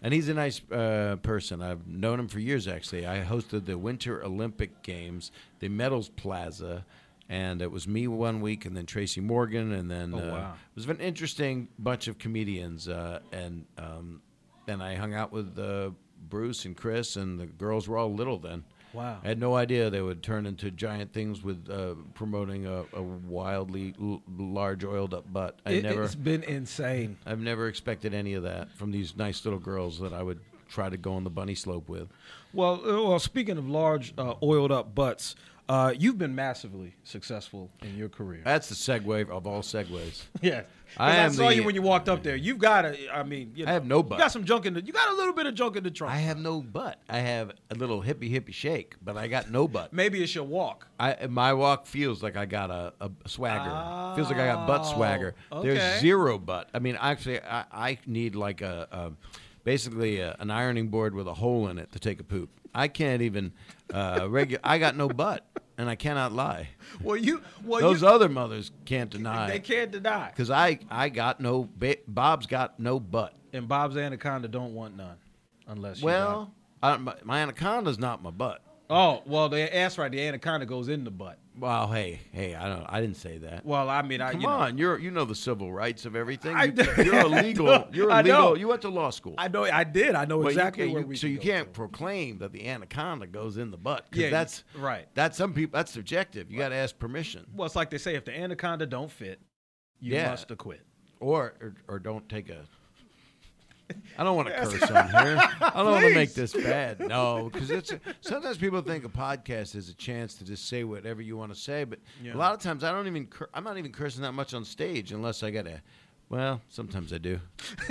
Speaker 11: and he's a nice uh, person. I've known him for years. Actually, I hosted the Winter Olympic Games, the Medals Plaza, and it was me one week, and then Tracy Morgan, and then
Speaker 2: Oh,
Speaker 11: uh,
Speaker 2: wow.
Speaker 11: it was an interesting bunch of comedians, uh, and um, and I hung out with uh, Bruce and Chris, and the girls were all little then.
Speaker 2: Wow.
Speaker 11: I had no idea they would turn into giant things with uh, promoting a, a wildly l- large oiled up butt. I
Speaker 2: It-
Speaker 11: never.
Speaker 2: it's been insane.
Speaker 11: I've never expected any of that from these nice little girls that I would try to go on the bunny slope with.
Speaker 2: Well, uh, well, speaking of large, uh, oiled up butts, Uh, you've been massively successful in your career.
Speaker 11: That's the segue of all segues.
Speaker 2: Yeah, 'Cause
Speaker 11: I
Speaker 2: I,
Speaker 11: am
Speaker 2: saw
Speaker 11: the-
Speaker 2: you when you walked up there. You've got a, I mean, you know,
Speaker 11: I have no
Speaker 2: You
Speaker 11: butt.
Speaker 2: got some junk in the. You got a little bit of junk in the trunk.
Speaker 11: I have no butt. I have a little hippy hippy shake, but I got no butt.
Speaker 2: Maybe it's your walk.
Speaker 11: I my walk feels like I got a, a swagger. feels like I got butt swagger.
Speaker 2: Oh, okay.
Speaker 11: There's zero butt. I mean, actually, I, I need like a, um basically a, an ironing board with a hole in it to take a poop. I can't even uh, regu- I got no butt, and I cannot lie.
Speaker 2: Well, you, well,
Speaker 11: Those
Speaker 2: you,
Speaker 11: other mothers can't deny.
Speaker 2: they can't deny.
Speaker 11: Because I I got no ba- Bob's got no butt.
Speaker 2: And Bob's anaconda don't want none, unless you
Speaker 11: Well, I, my, my anaconda's not my butt.
Speaker 2: got- oh, well, the that's right. The anaconda goes in the butt.
Speaker 11: Well, hey, hey, I don't. I didn't say that.
Speaker 2: Well, I mean, I
Speaker 11: Come
Speaker 2: you know.
Speaker 11: on, you're you know the civil rights of everything.
Speaker 2: I
Speaker 11: you,
Speaker 2: do-
Speaker 11: you're
Speaker 2: I
Speaker 11: illegal.
Speaker 2: do.
Speaker 11: You're
Speaker 2: I know.
Speaker 11: illegal. You went to law school.
Speaker 2: I know. I did. I know
Speaker 11: But you
Speaker 2: exactly
Speaker 11: can't-
Speaker 2: where
Speaker 11: you-
Speaker 2: we.
Speaker 11: So
Speaker 2: can
Speaker 11: you
Speaker 2: go.
Speaker 11: can't proclaim that the anaconda goes in the butt because
Speaker 2: Yeah, you-
Speaker 11: that's
Speaker 2: right.
Speaker 11: That's some people. That's subjective. You got to ask permission,
Speaker 2: Well, it's like they say: if the anaconda don't fit, you
Speaker 11: Yeah.
Speaker 2: must acquit.
Speaker 11: or or, or don't take a. I don't want to curse on here. I don't want to make
Speaker 2: Please.
Speaker 11: this bad. No, because it's sometimes people think a podcast is a chance to just say whatever you want to say, but a
Speaker 2: Yeah.
Speaker 11: lot of times I don't even. Cur- I'm not even cursing that much on stage unless I got to. Well, sometimes I do.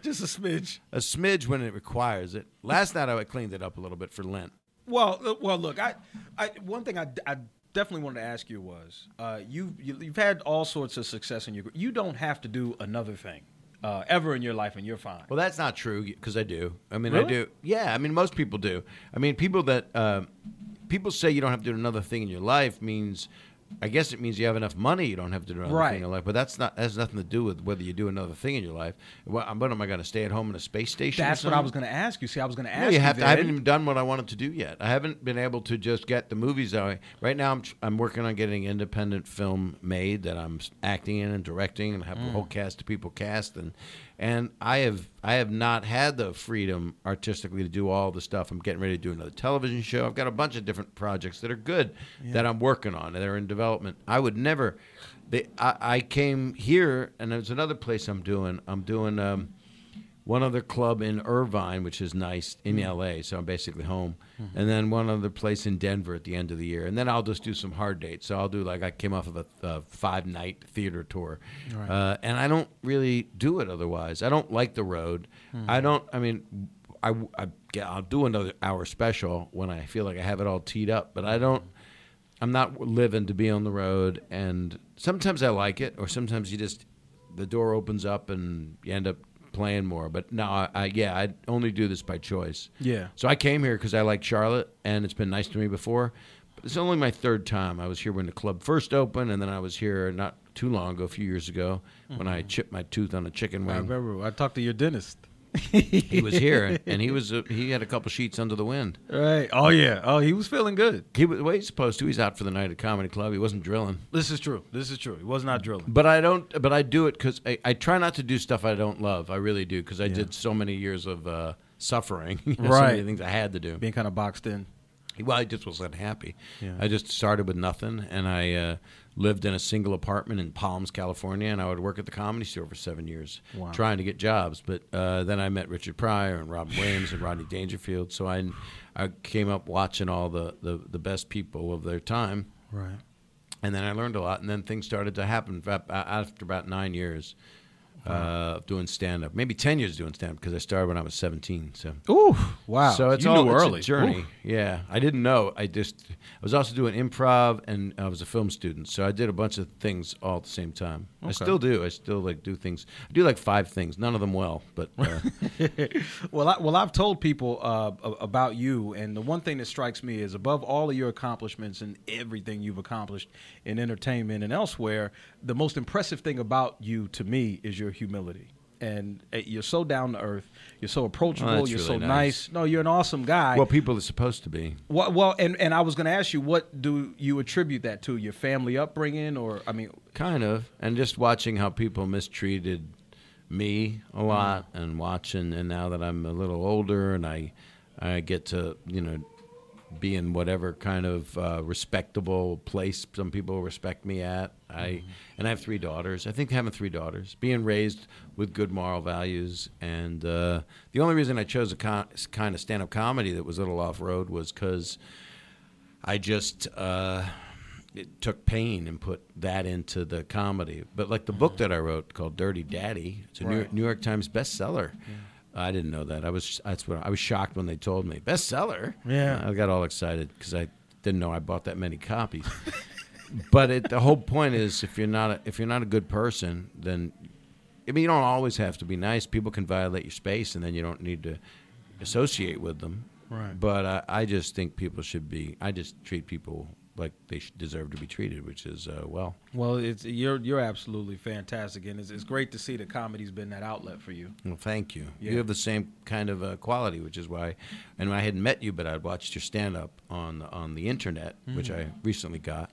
Speaker 2: Just a smidge.
Speaker 11: A smidge when it requires it. Last night I cleaned it up a little bit for Lent.
Speaker 2: Well, uh, well, look, I, I one thing I, I definitely wanted to ask you was, uh, you, you you've had all sorts of success in your, you don't have to do another thing, uh, ever in your life, and you're fine.
Speaker 11: Well, that's not true because I do. I mean, I
Speaker 2: Really?
Speaker 11: do. Yeah, I mean, most people do. I mean, people that um people say you don't have to do another thing in your life means, I guess it means you have enough money. You don't have to do another
Speaker 2: Right.
Speaker 11: thing in your life, but that's not has nothing to do with whether you do another thing in your life. What, what am I going to stay at home in a space station? or
Speaker 2: That's what I
Speaker 11: something?
Speaker 2: was going to ask you. See, I was going to
Speaker 11: No,
Speaker 2: ask
Speaker 11: you have to. I haven't
Speaker 2: then.
Speaker 11: even done what I wanted to do yet. I haven't been able to just get the movies out. Right now, I'm tr- I'm working on getting an independent film made that I'm s- acting in and directing, and have a
Speaker 2: Mm.
Speaker 11: whole cast of people cast and and I have I have not had the freedom artistically to do all the stuff. I'm getting ready to do another television show. I've got a bunch of different projects that are good
Speaker 2: Yeah.
Speaker 11: that I'm working on and they're in development. I would never. They, I, I came here and there's another place I'm doing. I'm doing. Um, one other club in Irvine, which is nice in
Speaker 2: Mm.
Speaker 11: LA, so I'm basically home,
Speaker 2: Mhm.
Speaker 11: and then one other place in Denver at the end of the year, and then I'll just do some hard dates. So I'll do like I came off of a, a five night theater tour,
Speaker 2: Right.
Speaker 11: uh, and I don't really do it otherwise. I don't like the road. I
Speaker 2: Mhm.
Speaker 11: don't. I mean, I, I get- I'll do another hour special when I feel like I have it all teed up, but I don't. I'm not living to be on the road, and sometimes I like it, or sometimes you just the door opens up and you end up playing more. But no, I, I yeah, I only do this by choice.
Speaker 2: Yeah.
Speaker 11: So I came here because I like Charlotte, and it's been nice to me before. But it's only my third time. I was here when the club first opened, and then I was here not too long ago, a few years ago, when
Speaker 2: Mm-hmm.
Speaker 11: I chipped my tooth on a chicken
Speaker 2: I
Speaker 11: wing.
Speaker 2: remember. I talked to your dentist.
Speaker 11: he was here, and he was uh, he had a couple sheets under the wind.
Speaker 2: Right. Oh yeah. Oh, he was feeling good.
Speaker 11: He was well, he's supposed to. He's out for the night at comedy club. He wasn't drilling.
Speaker 2: This is true. This is true. He was not drilling.
Speaker 11: But I don't. But I do it because I, I try not to do stuff I don't love. I really do because I did so many years of uh, suffering. You know, So many
Speaker 2: Right.
Speaker 11: things I had to do.
Speaker 2: Being kind of boxed in.
Speaker 11: Well, I just was unhappy.
Speaker 2: Yeah.
Speaker 11: I just started with nothing, and I uh, lived in a single apartment in Palms, California, and I would work at the Comedy Store for seven years,
Speaker 2: Wow.
Speaker 11: trying to get jobs. But uh, then I met Richard Pryor and Robin Williams and Rodney Dangerfield, so I I came up watching all the, the, the best people of their time.
Speaker 2: Right.
Speaker 11: And then I learned a lot, and then things started to happen fa- a- after about nine years uh, of doing stand up. Maybe 10 years doing stand up because I started when I was 17. So.
Speaker 2: Ooh. Wow.
Speaker 11: So it's
Speaker 2: you
Speaker 11: all
Speaker 2: knew
Speaker 11: it's a
Speaker 2: early.
Speaker 11: journey.
Speaker 2: Oof.
Speaker 11: Yeah, I didn't know. I just I was also doing improv and I was a film student, so I did a bunch of things all at the same time. I
Speaker 2: Okay.
Speaker 11: still do. I still like do things. I do like five things, none of them well, but uh,
Speaker 2: well, I, well, I've told people uh, a- about you, and the one thing that strikes me is above all of your accomplishments and everything you've accomplished in entertainment and elsewhere, the most impressive thing about you to me is your humility. And uh, you're so down to earth. You're so approachable.
Speaker 11: that's
Speaker 2: you're so
Speaker 11: really
Speaker 2: nice.
Speaker 11: nice.
Speaker 2: No, you're an awesome guy.
Speaker 11: well, people are supposed to be.
Speaker 2: Well, well, and, and I was going to ask you, what do you attribute that to? Your family upbringing, or I mean,
Speaker 11: Kind of. And just watching how people mistreated me a lot and watching and now that I'm a little older and I I get to, you know, be in whatever kind of uh, respectable place some people respect me at. I and I have three daughters. I think having three daughters, being raised with good moral values, and uh, the only reason I chose a con- kind of stand-up comedy that was a little off-road was because I just uh, it took pain and put that into the comedy. But like the book that I wrote called Dirty Daddy, it's a New,
Speaker 14: Right.
Speaker 11: New York Times bestseller. I didn't know that. I was that's what I was shocked when they told me bestseller.
Speaker 2: Yeah.
Speaker 11: I got all excited because I didn't know I bought that many copies. but it, the whole point is, if you're not a, if you're not a good person, then I mean you don't always have to be nice. People can violate your space, and then you don't need to associate with them.
Speaker 2: Right.
Speaker 11: But I, I just think people should be. I just treat people like they should deserve to be treated, which is uh, well.
Speaker 2: Well, it's you're you're absolutely fantastic, and it's, it's great to see the comedy's been that outlet for you.
Speaker 11: Well, thank you.
Speaker 2: Yeah.
Speaker 11: Mm, You have the same kind of uh, quality, which is why, and I hadn't met you, but I'd watched your stand up on on the internet, which I
Speaker 2: Mhm.
Speaker 11: recently got,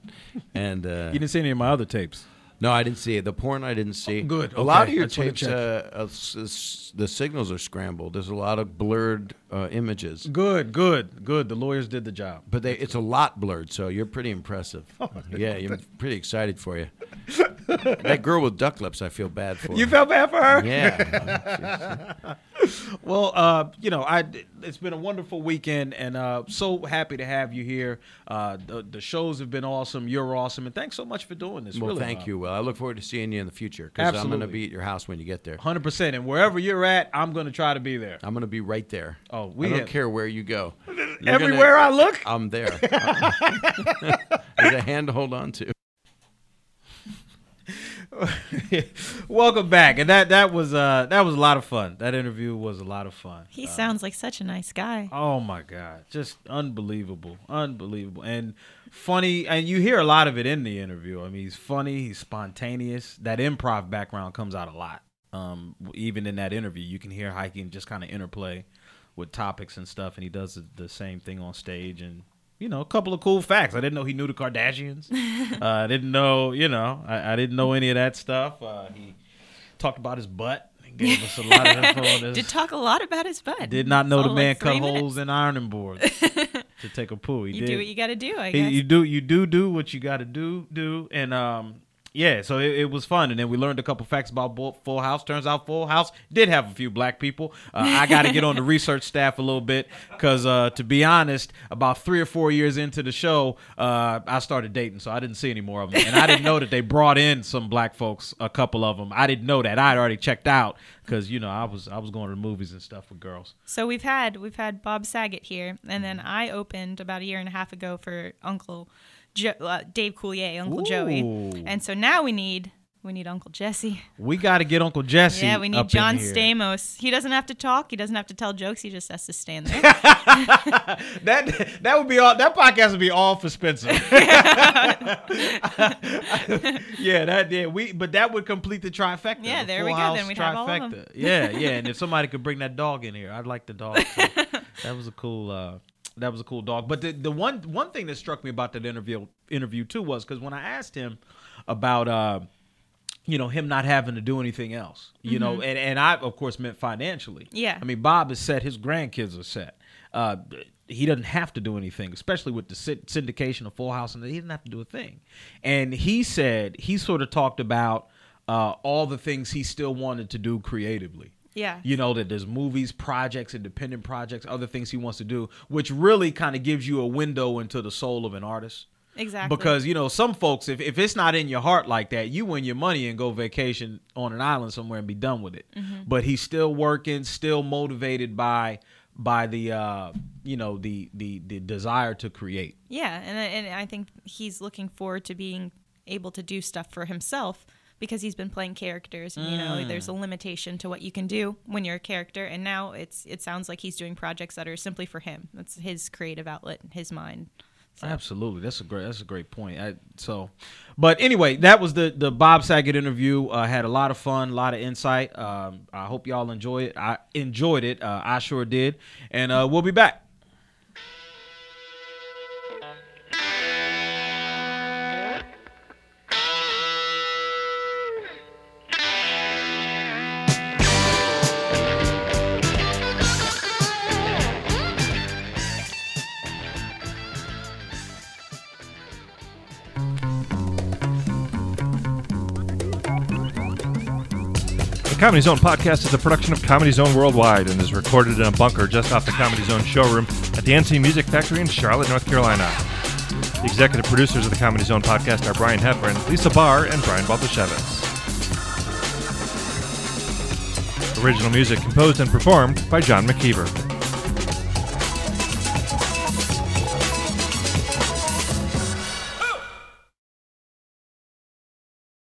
Speaker 11: and uh,
Speaker 2: You didn't see any of my other tapes.
Speaker 11: No, I didn't see it. The porn I didn't see.
Speaker 2: good.
Speaker 11: A lot
Speaker 2: Okay.
Speaker 11: of your
Speaker 2: I just wanted to
Speaker 11: tapes,
Speaker 2: check.
Speaker 11: uh, uh, s- s- the signals are scrambled. There's a lot of blurred uh, images.
Speaker 2: Good, good, good. The lawyers did the job.
Speaker 11: But they, it's a lot blurred, so you're pretty impressive. yeah, I'm pretty excited for you. that girl with duck lips, I feel bad for.
Speaker 2: You felt bad for her?
Speaker 11: Yeah.
Speaker 2: well, uh, you know, I it's been a wonderful weekend, and uh, so happy to have you here. Uh, the, the shows have been awesome. You're awesome, and thanks so much for doing this.
Speaker 11: well,
Speaker 2: really, uh,
Speaker 11: thank
Speaker 2: Bob.
Speaker 11: you. Well, I look forward to seeing you in the future because I'm going to
Speaker 2: Absolutely.
Speaker 11: be at your house when you get there.
Speaker 2: Hundred percent, and wherever you're at, I'm going to try to be there.
Speaker 11: I'm going to be right there.
Speaker 2: Oh, we
Speaker 11: I don't
Speaker 2: have-
Speaker 11: care where you go. You're
Speaker 2: Everywhere
Speaker 11: gonna-
Speaker 2: I look?
Speaker 11: I'm there. There's a hand to hold on to.
Speaker 2: Welcome back, and that that was uh, that was a lot of fun. That interview was a lot of fun.
Speaker 13: He sounds like such a nice guy.
Speaker 2: Oh my god, just unbelievable, unbelievable, and funny. And you hear a lot of it in the interview. I mean, he's funny, he's spontaneous. That improv background comes out a lot. Um, even in that interview, you can hear how he can just kind of interplay with topics and stuff, and he does the, the same thing on stage. And you know, a couple of cool facts. I didn't know he knew the Kardashians. uh, I didn't know, you know, I, I didn't know any of that stuff. Uh, he talked about his butt. and Gave us a lot of info on his
Speaker 13: Did talk a lot about his butt.
Speaker 2: did not know
Speaker 13: It's
Speaker 2: the
Speaker 13: only
Speaker 2: man
Speaker 13: like
Speaker 2: cut
Speaker 13: three minutes.
Speaker 2: holes in ironing boards to take a poo. He
Speaker 13: You
Speaker 2: did.
Speaker 13: do what you gotta do, I
Speaker 2: He-
Speaker 13: guess.
Speaker 2: You do you do do what you got to do do and um yeah. So it, it was fun, and then we learned a couple facts about Bull- Full House. Turns out Full House did have a few black people. Uh, I got to get on the research staff a little bit because uh, to be honest, about three or four years into the show, uh, I started dating, so I didn't see any more of them, and I didn't know that they brought in some black folks, a couple of them. I didn't know that. I had already checked out because you know I was I was going to the movies and stuff with girls.
Speaker 13: So we've had we've had Bob Saget here, and then I opened about a year and a half ago for Uncle jo- uh, Dave Coulier, Uncle
Speaker 2: Ooh.
Speaker 13: Joey, and so now we need we need Uncle Jesse.
Speaker 2: We got to get Uncle Jesse.
Speaker 13: yeah, we
Speaker 2: up
Speaker 13: need
Speaker 2: in
Speaker 13: John
Speaker 2: here.
Speaker 13: Stamos. He doesn't have to talk. He doesn't have to tell jokes. He just has to stand there.
Speaker 2: That that would be all. That podcast would be all for Spencer. yeah, that did. We but that would complete the trifecta.
Speaker 13: Yeah,
Speaker 2: the
Speaker 13: there
Speaker 2: Full
Speaker 13: we go.
Speaker 2: House
Speaker 13: Then we'd have all of them.
Speaker 2: trifecta. Yeah, yeah. And if somebody could bring that dog in here, I'd like the dog. too. that was a cool. uh that was a cool dog. But the, the one one thing that struck me about that interview interview too was because when I asked him about uh, you know him not having to do anything else, you know,
Speaker 13: Mm-hmm.
Speaker 14: Mhm.
Speaker 2: and and I of course meant financially.
Speaker 14: Yeah.
Speaker 2: I mean, Bob is set. His grandkids are set. Uh, he doesn't have to do anything, especially with the sy- syndication of Full House, and he didn't have to do a thing. And he said he sort of talked about uh, all the things he still wanted to do creatively.
Speaker 13: Yeah.
Speaker 2: You know that there's movies, projects, independent projects, other things he wants to do, which really kind of gives you a window into the soul of an artist.
Speaker 13: Exactly.
Speaker 2: Because you know some folks, if, if it's not in your heart like that, you win your money and go vacation on an island somewhere and be done with it.
Speaker 14: Mhm.
Speaker 2: But he's still working, still motivated by by the uh, you know the the the desire to create.
Speaker 13: Yeah, and I- and I think he's looking forward to being able to do stuff for himself because he's been playing characters and you know
Speaker 3: Mm.
Speaker 13: there's a limitation to what you can do when you're a character and now it's it sounds like he's doing projects that are simply for him. That's his creative outlet, his mind.
Speaker 2: Absolutely, that's a great that's a great point. I, so, but anyway, that was the the Bob Saget interview. Uh, had a lot of fun, a lot of insight. Um, I hope y'all enjoy it. I enjoyed it. Uh, I sure did, and uh, we'll be back.
Speaker 10: The Comedy Zone podcast is a production of Comedy Zone Worldwide and is recorded in a bunker just off the Comedy Zone showroom at the NC Music Factory in Charlotte, North Carolina. The executive producers of the Comedy Zone podcast are Brian Heffern, Lisa Barr, and Brian Baltashevitz. Original music composed and performed by John McKeever.